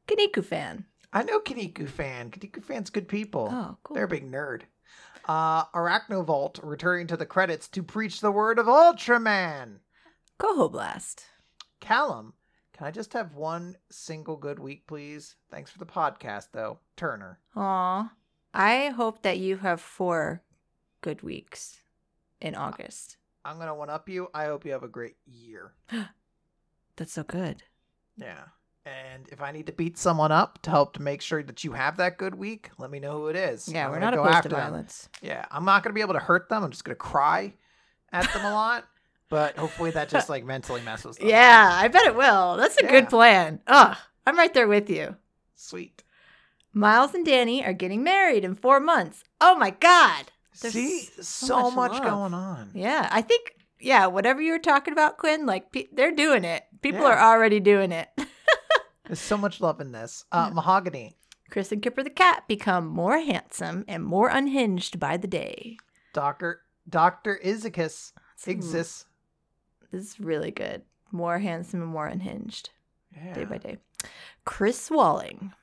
Speaker 1: Kaniku fan.
Speaker 2: I know Kaniku fan. Kaniku fan's good people.
Speaker 1: Oh, cool.
Speaker 2: They're a big nerd. Uh, Arachnovolt returning to the credits to preach the word of Ultraman.
Speaker 1: Coho Blast.
Speaker 2: Callum, Can I just have one single good week, please? Thanks for the podcast, though. Turner.
Speaker 1: Aw. I hope that you have four good weeks in August.
Speaker 2: I'm going to one up you. I hope you have a great year.
Speaker 1: That's so good.
Speaker 2: Yeah. And if I need to beat someone up to help to make sure that you have that good week, let me know who it is.
Speaker 1: Yeah,
Speaker 2: I'm
Speaker 1: we're not
Speaker 2: gonna go
Speaker 1: opposed
Speaker 2: after
Speaker 1: to
Speaker 2: them.
Speaker 1: violence.
Speaker 2: Yeah, I'm not going to be able to hurt them. I'm just going to cry at them a lot. But hopefully that just like mentally messes them. up.
Speaker 1: Yeah, I bet it will. That's a
Speaker 2: Yeah.
Speaker 1: good plan. Ugh, I'm right there with you.
Speaker 2: Sweet.
Speaker 1: Miles and Danny are getting married in four months. Oh my God. There's
Speaker 2: See, so,
Speaker 1: so much
Speaker 2: much,
Speaker 1: love.
Speaker 2: going on.
Speaker 1: Yeah, I think, yeah, whatever you were talking about, Quinn, like pe- they're doing it. People
Speaker 2: Yeah.
Speaker 1: are already doing it.
Speaker 2: There's so much love in this. Uh,
Speaker 1: Yeah.
Speaker 2: Mahogany.
Speaker 1: Chris and Kipper the cat become more handsome and more unhinged by the day.
Speaker 2: Doctor Doctor Izakis
Speaker 1: It's-
Speaker 2: exists.
Speaker 1: This is really good. More handsome and more unhinged
Speaker 2: Yeah.
Speaker 1: day by day. Chris Walling,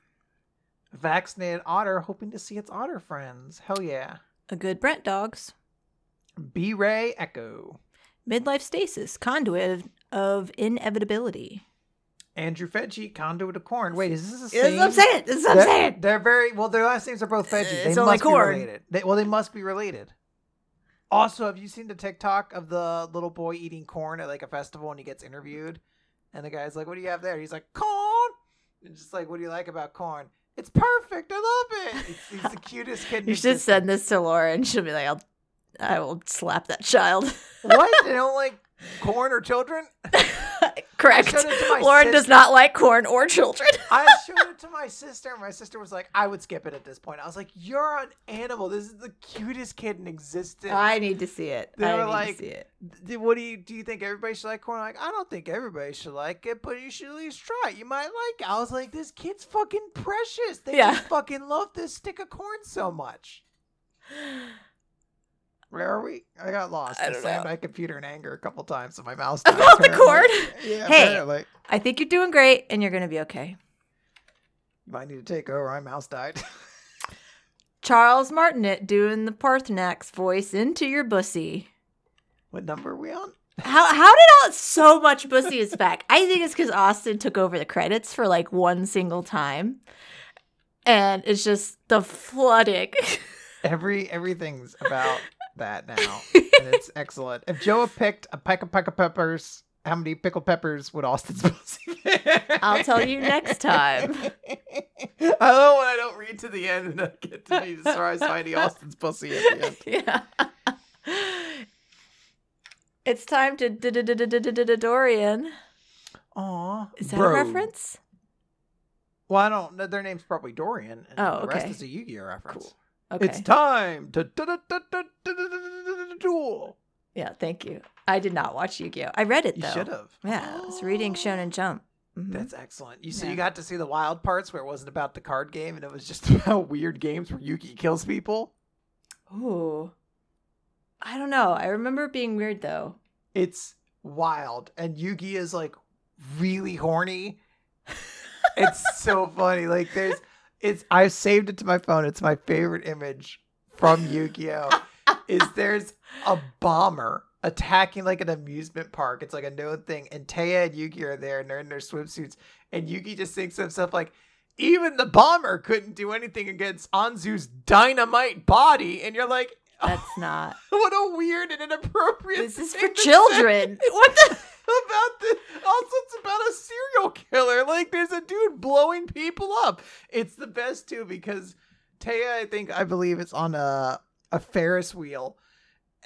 Speaker 2: Vaccinated otter hoping to see its otter friends. Hell yeah.
Speaker 1: a good Brent dogs.
Speaker 2: B Ray Echo.
Speaker 1: Midlife stasis, conduit of, of inevitability.
Speaker 2: Andrew Fedgie, conduit of corn. Wait, is this the
Speaker 1: This
Speaker 2: same?
Speaker 1: is what I'm saying. This is what I'm
Speaker 2: they're,
Speaker 1: saying.
Speaker 2: They're very well. Their last names are both Veggie.
Speaker 1: It's
Speaker 2: They
Speaker 1: only
Speaker 2: must
Speaker 1: corn.
Speaker 2: be related. They, well, they must be related. Also, have you seen the TikTok of the little boy eating corn at like a festival and he gets interviewed, and the guy's like, "What do you have there?" He's like, "Corn." And just like, "What do you like about corn?" It's perfect. I love it. It's, he's the cutest kid. in
Speaker 1: You should
Speaker 2: existence.
Speaker 1: send this to Laura and she'll be like, I'll, I will slap that child.
Speaker 2: What? They don't like corn or children?
Speaker 1: Correct.
Speaker 2: I showed it to my
Speaker 1: Lauren does
Speaker 2: sister.
Speaker 1: not like corn or children.
Speaker 2: I showed it to my sister, and my sister was like, "I would skip it at this point." I was like, "You're an animal. This is the cutest kid in existence."
Speaker 1: I need to see it.
Speaker 2: They
Speaker 1: I
Speaker 2: were
Speaker 1: need
Speaker 2: like-
Speaker 1: to see it.
Speaker 2: Th- what do you do you think everybody should like corn like i don't think everybody should like it but you should at least try it you might like it i was like this kid's fucking precious they
Speaker 1: Yeah.
Speaker 2: just fucking love this stick of corn so much where are we i got lost
Speaker 1: I
Speaker 2: i,
Speaker 1: don't
Speaker 2: slammed
Speaker 1: know.
Speaker 2: my computer in anger a couple times so my mouse died,
Speaker 1: About the
Speaker 2: apparently.
Speaker 1: corn.
Speaker 2: yeah
Speaker 1: Hey.
Speaker 2: apparently.
Speaker 1: I think you're doing great and you're going to be okay.
Speaker 2: you might need to take over my mouse died
Speaker 1: Charles Martinet doing the Parthenax voice into your bussy.
Speaker 2: what number are we on
Speaker 1: How how did all so much bussy is back? I think it's because Austin took over the credits for like one single time, and it's just the flooding.
Speaker 2: Every everything's about that now, and it's excellent. If Joe had picked a peck of peck of peppers, how many pickled peppers would Austin's pussy get?
Speaker 1: I'll tell you next time.
Speaker 2: I love when I don't read to the end and I get to be surprised finding Austin's pussy at the end.
Speaker 1: yeah. It's time to d- d- d- d- d- d- d- d- Dorian.
Speaker 2: Aw,
Speaker 1: Is that
Speaker 2: bro.
Speaker 1: a reference?
Speaker 2: Well, I don't. know. Their name's probably Dorian. And
Speaker 1: Oh,
Speaker 2: the rest
Speaker 1: okay.
Speaker 2: is a Yu-Gi-Oh reference.
Speaker 1: Okay.
Speaker 2: It's time to da- da- da- da- da- da- da- da- da- duel.
Speaker 1: yeah, thank you. I did not watch Yu-Gi-Oh. I read it
Speaker 2: You
Speaker 1: though.
Speaker 2: should have.
Speaker 1: Yeah, I was reading Shonen Jump. Mhm.
Speaker 2: That's excellent. You so
Speaker 1: Yeah.
Speaker 2: you got to see the wild parts where it wasn't about the card game and it was just about weird games where Yuki kills people.
Speaker 1: Ooh. I don't know. I remember it being weird though.
Speaker 2: It's wild, and Yugi is like really horny. it's so funny. Like there's, it's I saved it to my phone. It's my favorite image from Yu-Gi-Oh. is there's a bomber attacking like an amusement park. It's like a known thing. And Taya and Yugi are there and they're in their swimsuits. And Yugi just thinks to himself like, even the bomber couldn't do anything against Anzu's dynamite body. And you're like,
Speaker 1: That's not.
Speaker 2: what a weird and inappropriate
Speaker 1: this is for
Speaker 2: thing to say
Speaker 1: children. What the?
Speaker 2: about the also it's about a serial killer. Like there's a dude blowing people up. It's the best too because Taya, I think I believe it's on uh, a a Ferris wheel,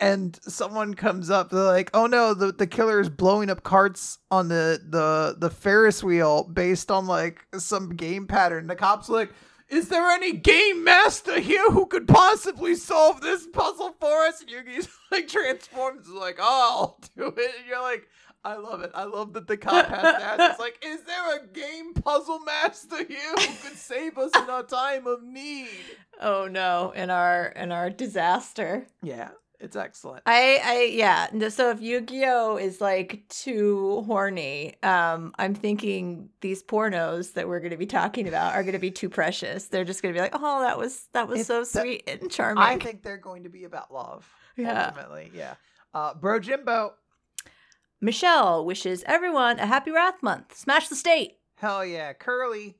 Speaker 2: and someone comes up. They're like, "Oh no, the the killer is blowing up carts on the the the Ferris wheel based on like some game pattern." The cops are like. Is there any game master here who could possibly solve this puzzle for us? And Yugi's like transforms, is like, oh, I'll do it. And you're like, I love it. I love that the cop has to ask. It's like, is there a game puzzle master here who could save us in our time of need?
Speaker 1: Oh no! In our in our disaster.
Speaker 2: Yeah, it's excellent.
Speaker 1: I I yeah. No, So if Yu-Gi-Oh is like too horny, um, I'm thinking these pornos that we're going to be talking about are going to be too precious. They're just going to be like, oh, that was that was
Speaker 2: It's
Speaker 1: so
Speaker 2: the-
Speaker 1: sweet and charming.
Speaker 2: I think they're going to be about love.
Speaker 1: Yeah.
Speaker 2: Ultimately, yeah. Uh, Bro Jimbo.
Speaker 1: Michelle wishes everyone a happy Wrath Month. Smash the state.
Speaker 2: Hell yeah. Curly.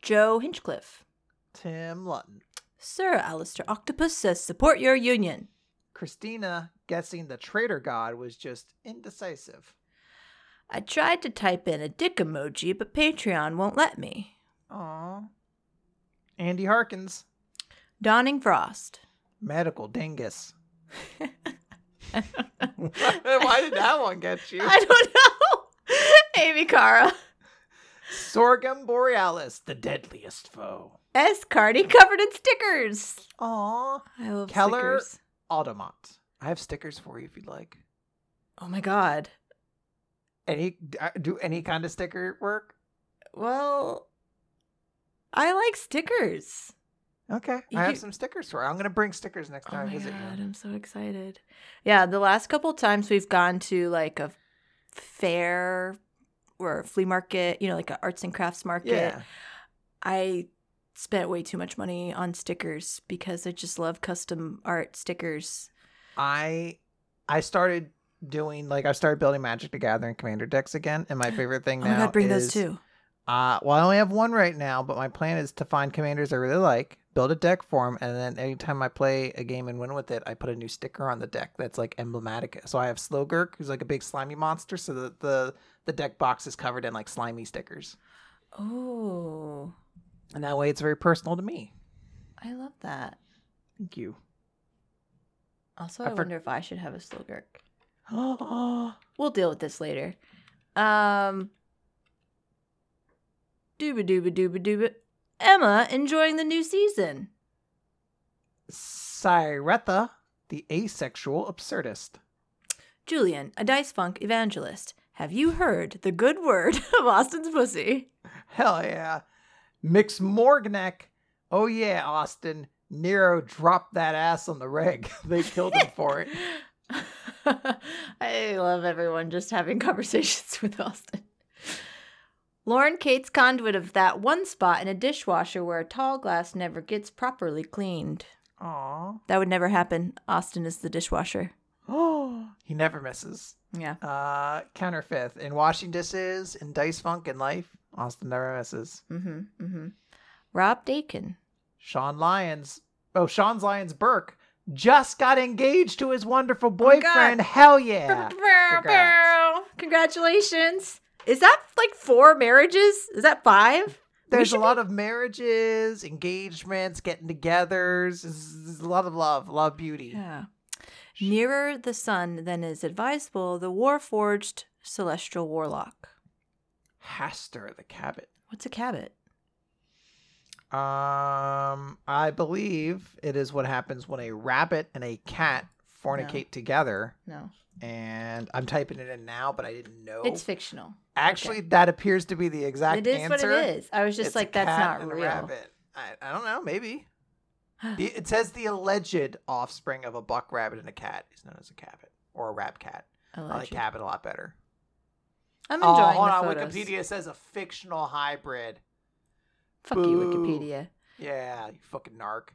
Speaker 1: Joe Hinchcliffe.
Speaker 2: Tim Lutton.
Speaker 1: Sir Alistair Octopus says support your union.
Speaker 2: Christina guessing the traitor god was just indecisive.
Speaker 1: I tried to type in a dick emoji, but Patreon won't let me.
Speaker 2: Aw. Andy Harkins.
Speaker 1: Dawning Frost.
Speaker 2: Medical dingus. Why did that one get you?
Speaker 1: I don't know. Amy Cara.
Speaker 2: Sorghum borealis, the deadliest foe.
Speaker 1: S. Carney covered in stickers.
Speaker 2: Aw.
Speaker 1: I love
Speaker 2: Keller-
Speaker 1: stickers.
Speaker 2: Automont. I have stickers for you if you'd like.
Speaker 1: Oh my god.
Speaker 2: Any uh, do any kind of sticker work?
Speaker 1: Well, I like stickers.
Speaker 2: Okay,
Speaker 1: You
Speaker 2: I have
Speaker 1: do-
Speaker 2: some stickers for. You. I'm gonna bring stickers next
Speaker 1: Oh
Speaker 2: time I
Speaker 1: my
Speaker 2: visit
Speaker 1: god,
Speaker 2: you.
Speaker 1: I'm so excited. Yeah, the last couple times we've gone to like a fair or a flea market, you know, like an arts and crafts market,
Speaker 2: Yeah,
Speaker 1: I spent way too much money on stickers because I just love custom art stickers.
Speaker 2: I I started doing like I started building Magic the Gathering Commander decks again, and my favorite thing
Speaker 1: Oh
Speaker 2: now
Speaker 1: my god, bring those
Speaker 2: is-
Speaker 1: too.
Speaker 2: Uh, well, I only have one right now, but my plan is to find commanders I really like, build a deck for them, and then anytime I play a game and win with it, I put a new sticker on the deck that's like emblematic. So I have Slowgurk, who's like a big slimy monster, so the the, the deck box is covered in like slimy stickers,
Speaker 1: Oh,
Speaker 2: and that way it's very personal to me.
Speaker 1: I love that.
Speaker 2: Thank you.
Speaker 1: Also,
Speaker 2: I
Speaker 1: I,
Speaker 2: for-
Speaker 1: wonder if I should have a Slowgurk.
Speaker 2: Oh,
Speaker 1: We'll deal with this later. Um, dooba dooba dooba dooba. Emma enjoying the new season.
Speaker 2: Cyretha, the asexual absurdist.
Speaker 1: Julian, a Dice Funk evangelist. Have you heard the good word of Austin's pussy?
Speaker 2: Hell yeah. Mix Morgnek. Oh yeah, Austin. Nero dropped that ass on the reg. they killed him for it.
Speaker 1: I love everyone just having conversations with Austin. Lauren Kate's conduit of that one spot in a dishwasher where a tall glass never gets properly cleaned.
Speaker 2: Aw.
Speaker 1: That would never happen. Austin is the dishwasher.
Speaker 2: Oh, he never misses.
Speaker 1: Yeah.
Speaker 2: Uh, counter fifth in washing dishes, in dice funk, in life. Austin never misses.
Speaker 1: Mm-hmm. Mm-hmm. Rob Dakin.
Speaker 2: Sean Lyons. Oh, Sean's Lyons Burke just got engaged to his wonderful
Speaker 1: Oh my God.
Speaker 2: boyfriend. Hell yeah! Congrats.
Speaker 1: Congratulations. Is that like four marriages? Is that five? We
Speaker 2: There's a
Speaker 1: should
Speaker 2: lot of marriages, engagements, getting togethers. There's there's a lot of love, a lot of beauty.
Speaker 1: Yeah. Nearer the sun than is advisable, the war-forged celestial warlock.
Speaker 2: Haster the Cabot.
Speaker 1: What's a cabot?
Speaker 2: Um, I believe it is what happens when a rabbit and a cat fornicate together.
Speaker 1: No,
Speaker 2: and I'm typing it in now, but I didn't know.
Speaker 1: it's fictional.
Speaker 2: Actually, that appears to be the exact
Speaker 1: It is
Speaker 2: answer.
Speaker 1: what it is. I was just
Speaker 2: It's
Speaker 1: like,
Speaker 2: a
Speaker 1: that's
Speaker 2: cat
Speaker 1: not
Speaker 2: and a
Speaker 1: real.
Speaker 2: rabbit. I, I don't know. Maybe The- it says the alleged offspring of a buck rabbit and a cat is known as a cabot or a rab cat. I like
Speaker 1: Alleged.
Speaker 2: cabot a lot better.
Speaker 1: I'm
Speaker 2: oh,
Speaker 1: enjoying
Speaker 2: hold
Speaker 1: the
Speaker 2: on.
Speaker 1: photos.
Speaker 2: Wikipedia says a fictional hybrid.
Speaker 1: Fuck you,
Speaker 2: Boo.
Speaker 1: Wikipedia.
Speaker 2: Yeah, you fucking narc.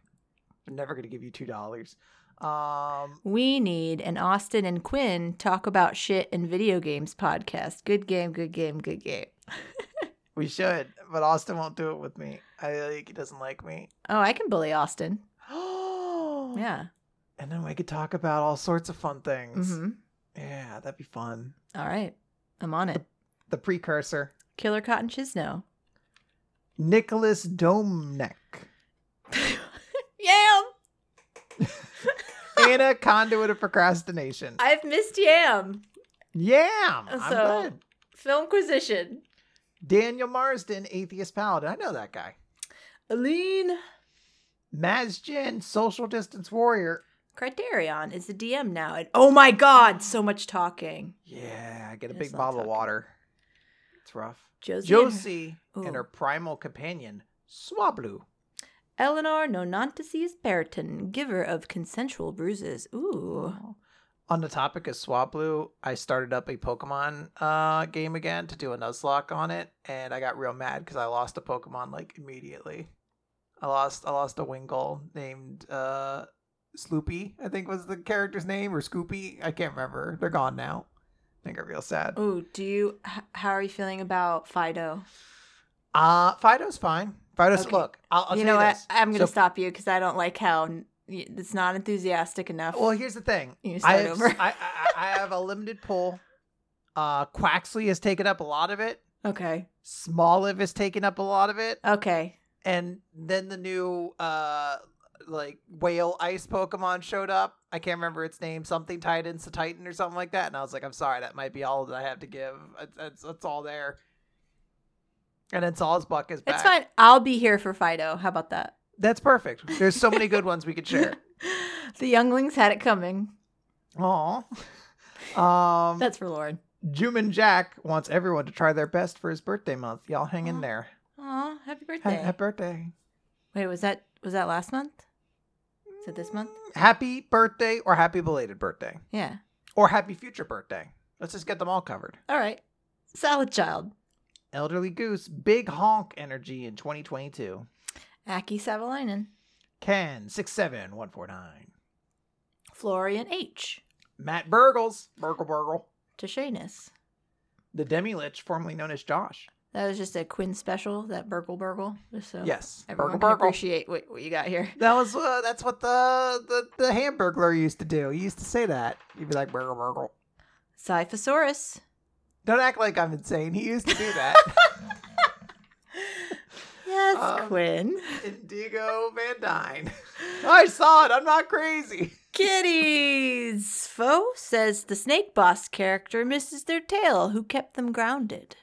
Speaker 2: I'm never gonna give you two dollars. Um,
Speaker 1: We need an Austin and Quinn talk about shit and video games podcast. Good game, good game, good game.
Speaker 2: we should, but Austin won't do it with me. I like he doesn't like me.
Speaker 1: Oh, I can bully Austin.
Speaker 2: Oh,
Speaker 1: Yeah.
Speaker 2: And then we could talk about all sorts of fun things.
Speaker 1: hmm
Speaker 2: Yeah, that'd be fun.
Speaker 1: All right. I'm on it.
Speaker 2: The precursor,
Speaker 1: Killer Cotton Chisno.
Speaker 2: Nicholas Domneck,
Speaker 1: Yam!
Speaker 2: Anna Conduit of Procrastination.
Speaker 1: I've missed Yam.
Speaker 2: yeah, I'm
Speaker 1: So-
Speaker 2: good.
Speaker 1: Filmquisition.
Speaker 2: Daniel Marsden, Atheist Paladin. I know that guy.
Speaker 1: Aline.
Speaker 2: Mazjin, Social Distance Warrior.
Speaker 1: Criterion is the DM now. And oh my god, so much talking.
Speaker 2: Yeah, I get a
Speaker 1: It's
Speaker 2: big
Speaker 1: not
Speaker 2: bottle of
Speaker 1: talking.
Speaker 2: water. It's rough.
Speaker 1: Josie. and her-
Speaker 2: Josie
Speaker 1: Ooh.
Speaker 2: and her primal companion, Swablu.
Speaker 1: Eleanor Nonantices Periton, giver of consensual bruises. Ooh.
Speaker 2: On the topic of Swablu, I started up a Pokemon uh, game again to do a Nuzlocke on it, and I got real mad because I lost a Pokemon like immediately. I lost I lost a Wingull named uh, Sloopy, I think was the character's name, or Scoopy. I can't remember. They're gone now. think are real sad.
Speaker 1: Ooh, do you? h- How are you feeling about Fido?
Speaker 2: Uh Fido's fine. Fido's
Speaker 1: Okay.
Speaker 2: look. I'll, I'll
Speaker 1: you
Speaker 2: tell
Speaker 1: know
Speaker 2: you
Speaker 1: what?
Speaker 2: this.
Speaker 1: I'm going
Speaker 2: So-
Speaker 1: to stop you because I don't like how n- y- it's not enthusiastic enough.
Speaker 2: Well, here's the thing.
Speaker 1: You
Speaker 2: I
Speaker 1: start
Speaker 2: have,
Speaker 1: over.
Speaker 2: I, I, I have a limited pool. Uh, Quaxley has taken up a lot of it.
Speaker 1: okay.
Speaker 2: Smoliv has taken up a lot of it,
Speaker 1: Okay.
Speaker 2: and then the new uh like whale ice Pokemon showed up. I can't remember its name, something Titan, to Titan or something like that. And I was like, I'm sorry, that might be all that I have to give. It's, it's, it's all there. And then Sawsbuck is back.
Speaker 1: It's fine. I'll be here for Fido. How about that?
Speaker 2: That's perfect. There's so many good ones we could share.
Speaker 1: the younglings had it coming.
Speaker 2: Aw. Um,
Speaker 1: That's for Lauren.
Speaker 2: Juman Jack wants everyone to try their best for his birthday month. Y'all hang in
Speaker 1: Aw.
Speaker 2: there.
Speaker 1: Aw, happy
Speaker 2: Ha-
Speaker 1: birthday.
Speaker 2: happy birthday.
Speaker 1: Wait, was that was that last month? Is it this month?
Speaker 2: Mm, Happy birthday or happy belated birthday
Speaker 1: Yeah.
Speaker 2: or happy future birthday. Let's just get them all covered.
Speaker 1: All right. Salad child.
Speaker 2: Elderly Goose, big honk energy in 2022.
Speaker 1: Aki Savalainen.
Speaker 2: Ken, 67149.
Speaker 1: Florian H.
Speaker 2: Matt Burgles, Burgle Burgle.
Speaker 1: To Shayness.
Speaker 2: The Demi Lich, formerly known as Josh.
Speaker 1: That was just a Quinn special, that Burgle Burgle. Just so
Speaker 2: Yes,
Speaker 1: Oh, everyone
Speaker 2: Burgle
Speaker 1: can
Speaker 2: Burgle.
Speaker 1: appreciate what, what you got here.
Speaker 2: That was uh, that's what the, the the Hamburglar used to do. He used to say that. He'd be like Burgle Burgle.
Speaker 1: Cyphosaurus.
Speaker 2: Don't act like I'm insane. He used to do that.
Speaker 1: Yes,
Speaker 2: Um,
Speaker 1: Quinn.
Speaker 2: Indigo Van Dyne. I saw it. I'm not crazy.
Speaker 1: Kitties! Foe says the snake boss character misses their tail, who kept them grounded.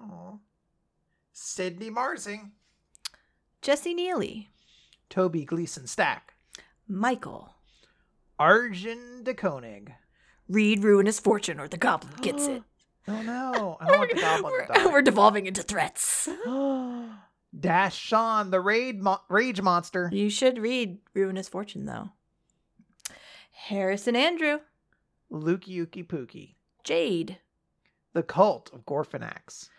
Speaker 2: Aw. Sydney Marsing.
Speaker 1: Jesse Neely.
Speaker 2: Toby Gleason Stack.
Speaker 1: Michael.
Speaker 2: Arjun de Koenig.
Speaker 1: Reed ruin his fortune or the goblin gets it.
Speaker 2: Oh no. I don't want the goblin
Speaker 1: we're,
Speaker 2: to die.
Speaker 1: we're devolving into threats.
Speaker 2: Dash Sean, the raid mo- rage monster.
Speaker 1: You should read Ruinous Fortune, though. Harrison Andrew.
Speaker 2: Luke Yuki Pookie.
Speaker 1: Jade.
Speaker 2: The cult of Gorfanax.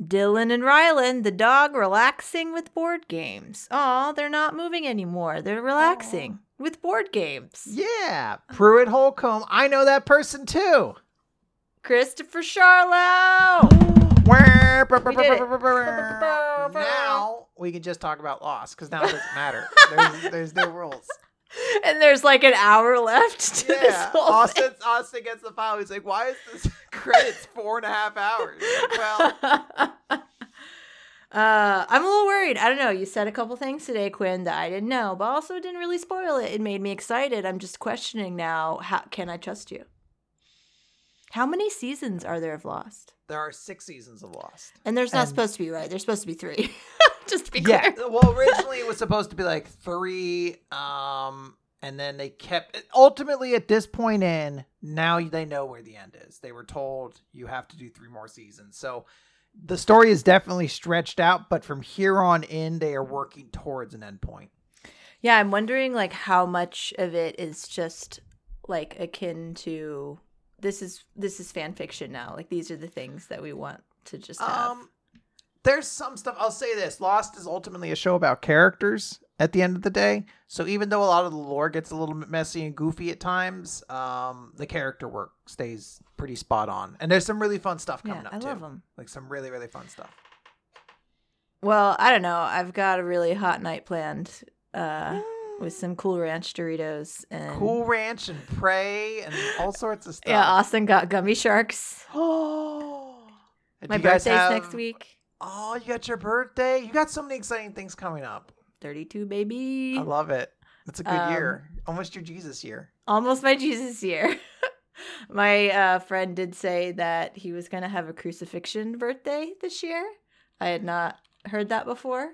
Speaker 1: Dylan and Rylan, the dog relaxing with board games. Aw, they're not moving anymore. They're relaxing with board games.
Speaker 2: Yeah. Pruitt Holcomb. I know that person too.
Speaker 1: Christopher Charlow. it.
Speaker 2: Now we can just talk about loss because now it doesn't matter. There's, there's no rules.
Speaker 1: And there's like an hour left to this
Speaker 2: Yeah,
Speaker 1: whole
Speaker 2: Austin, Austin gets the file. He's like, "Why is this credits four and a half hours?" Like, well,
Speaker 1: uh, I'm a little worried. I don't know. You said a couple things today, Quinn, that I didn't know, but also it didn't really spoil it. It made me excited. I'm just questioning now. How can I trust you? How many seasons are there of Lost?
Speaker 2: there are six seasons of Lost.
Speaker 1: And there's not
Speaker 2: And-
Speaker 1: supposed to be right. There's supposed to be three. just to be clear.
Speaker 2: Well, originally it was supposed to be like three, um, and then they kept. Ultimately, at this point in now, they know where the end is. They were told you have to do three more seasons, so the story is definitely stretched out. But from here on in, they are working towards an end point.
Speaker 1: Yeah, I'm wondering like how much of it is just like akin to this is this is fan fiction now. Like these are the things that we want to just have.
Speaker 2: Um, there's some stuff. I'll say this: Lost is ultimately a show about characters. At the end of the day, so even though a lot of the lore gets a little bit messy and goofy at times, um, the character work stays pretty spot on. And there's some really fun stuff coming
Speaker 1: yeah,
Speaker 2: up
Speaker 1: I
Speaker 2: too,
Speaker 1: love them.
Speaker 2: like some really really fun stuff.
Speaker 1: Well, I don't know. I've got a really hot night planned uh, with some Cool Ranch Doritos and
Speaker 2: cool Ranch and Prey and all sorts of stuff.
Speaker 1: yeah. Austin got gummy sharks.
Speaker 2: Oh, And
Speaker 1: My
Speaker 2: do you guys
Speaker 1: birthday's
Speaker 2: have-
Speaker 1: next week.
Speaker 2: Oh, you got your birthday. You got so many exciting things coming up.
Speaker 1: Thirty-two, baby.
Speaker 2: I love it. It's a good
Speaker 1: Um,
Speaker 2: year. Almost your Jesus year.
Speaker 1: Almost my Jesus year. my uh, friend did say that he was going to have a crucifixion birthday this year. I had not heard that before.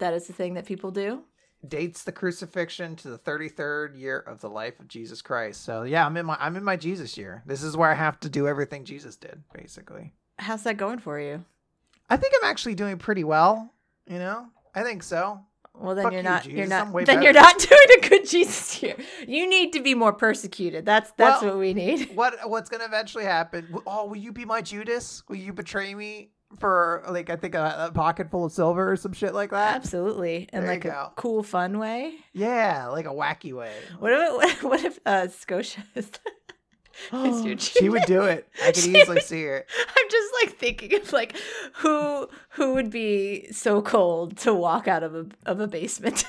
Speaker 1: That is the thing that people do.
Speaker 2: dates the crucifixion to the 33rd year of the life of Jesus Christ. So yeah, I'm in my I'm in my Jesus year. This is where I have to do everything Jesus did, basically.
Speaker 1: How's that going for you?
Speaker 2: I think I'm actually doing pretty well, you know? I think so.
Speaker 1: Well, then
Speaker 2: Fuck
Speaker 1: you're
Speaker 2: you,
Speaker 1: not. you're
Speaker 2: Jesus.
Speaker 1: not.
Speaker 2: I'm way
Speaker 1: Then you're
Speaker 2: better.
Speaker 1: not doing a good Jesus year. You need to be more persecuted. That's that's
Speaker 2: Well-
Speaker 1: what we need.
Speaker 2: What what's going to eventually happen? W- Oh, will you be my Judas? Will you betray me for like I think a, a pocket full of silver or some shit like that?
Speaker 1: Absolutely, in
Speaker 2: There you
Speaker 1: like a
Speaker 2: go.
Speaker 1: cool, fun way.
Speaker 2: Yeah, like a wacky way.
Speaker 1: What if? What if uh, Scotia is It's your
Speaker 2: she would do it. I could
Speaker 1: She
Speaker 2: easily see her.
Speaker 1: I'm just like thinking of like who who would be so cold to walk out of a of a basement.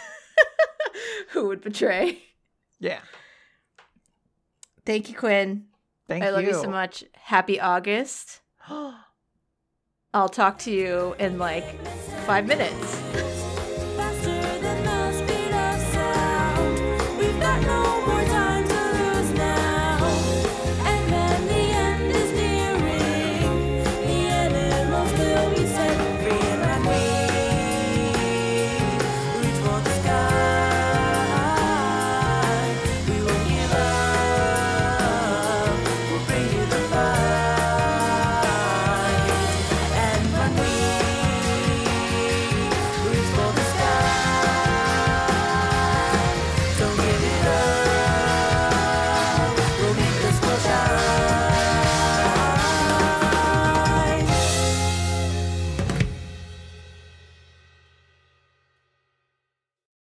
Speaker 1: who would betray?
Speaker 2: Yeah.
Speaker 1: Thank you, Quinn.
Speaker 2: Thank
Speaker 1: I
Speaker 2: you.
Speaker 1: love you so much. Happy August. I'll talk to you in like five minutes.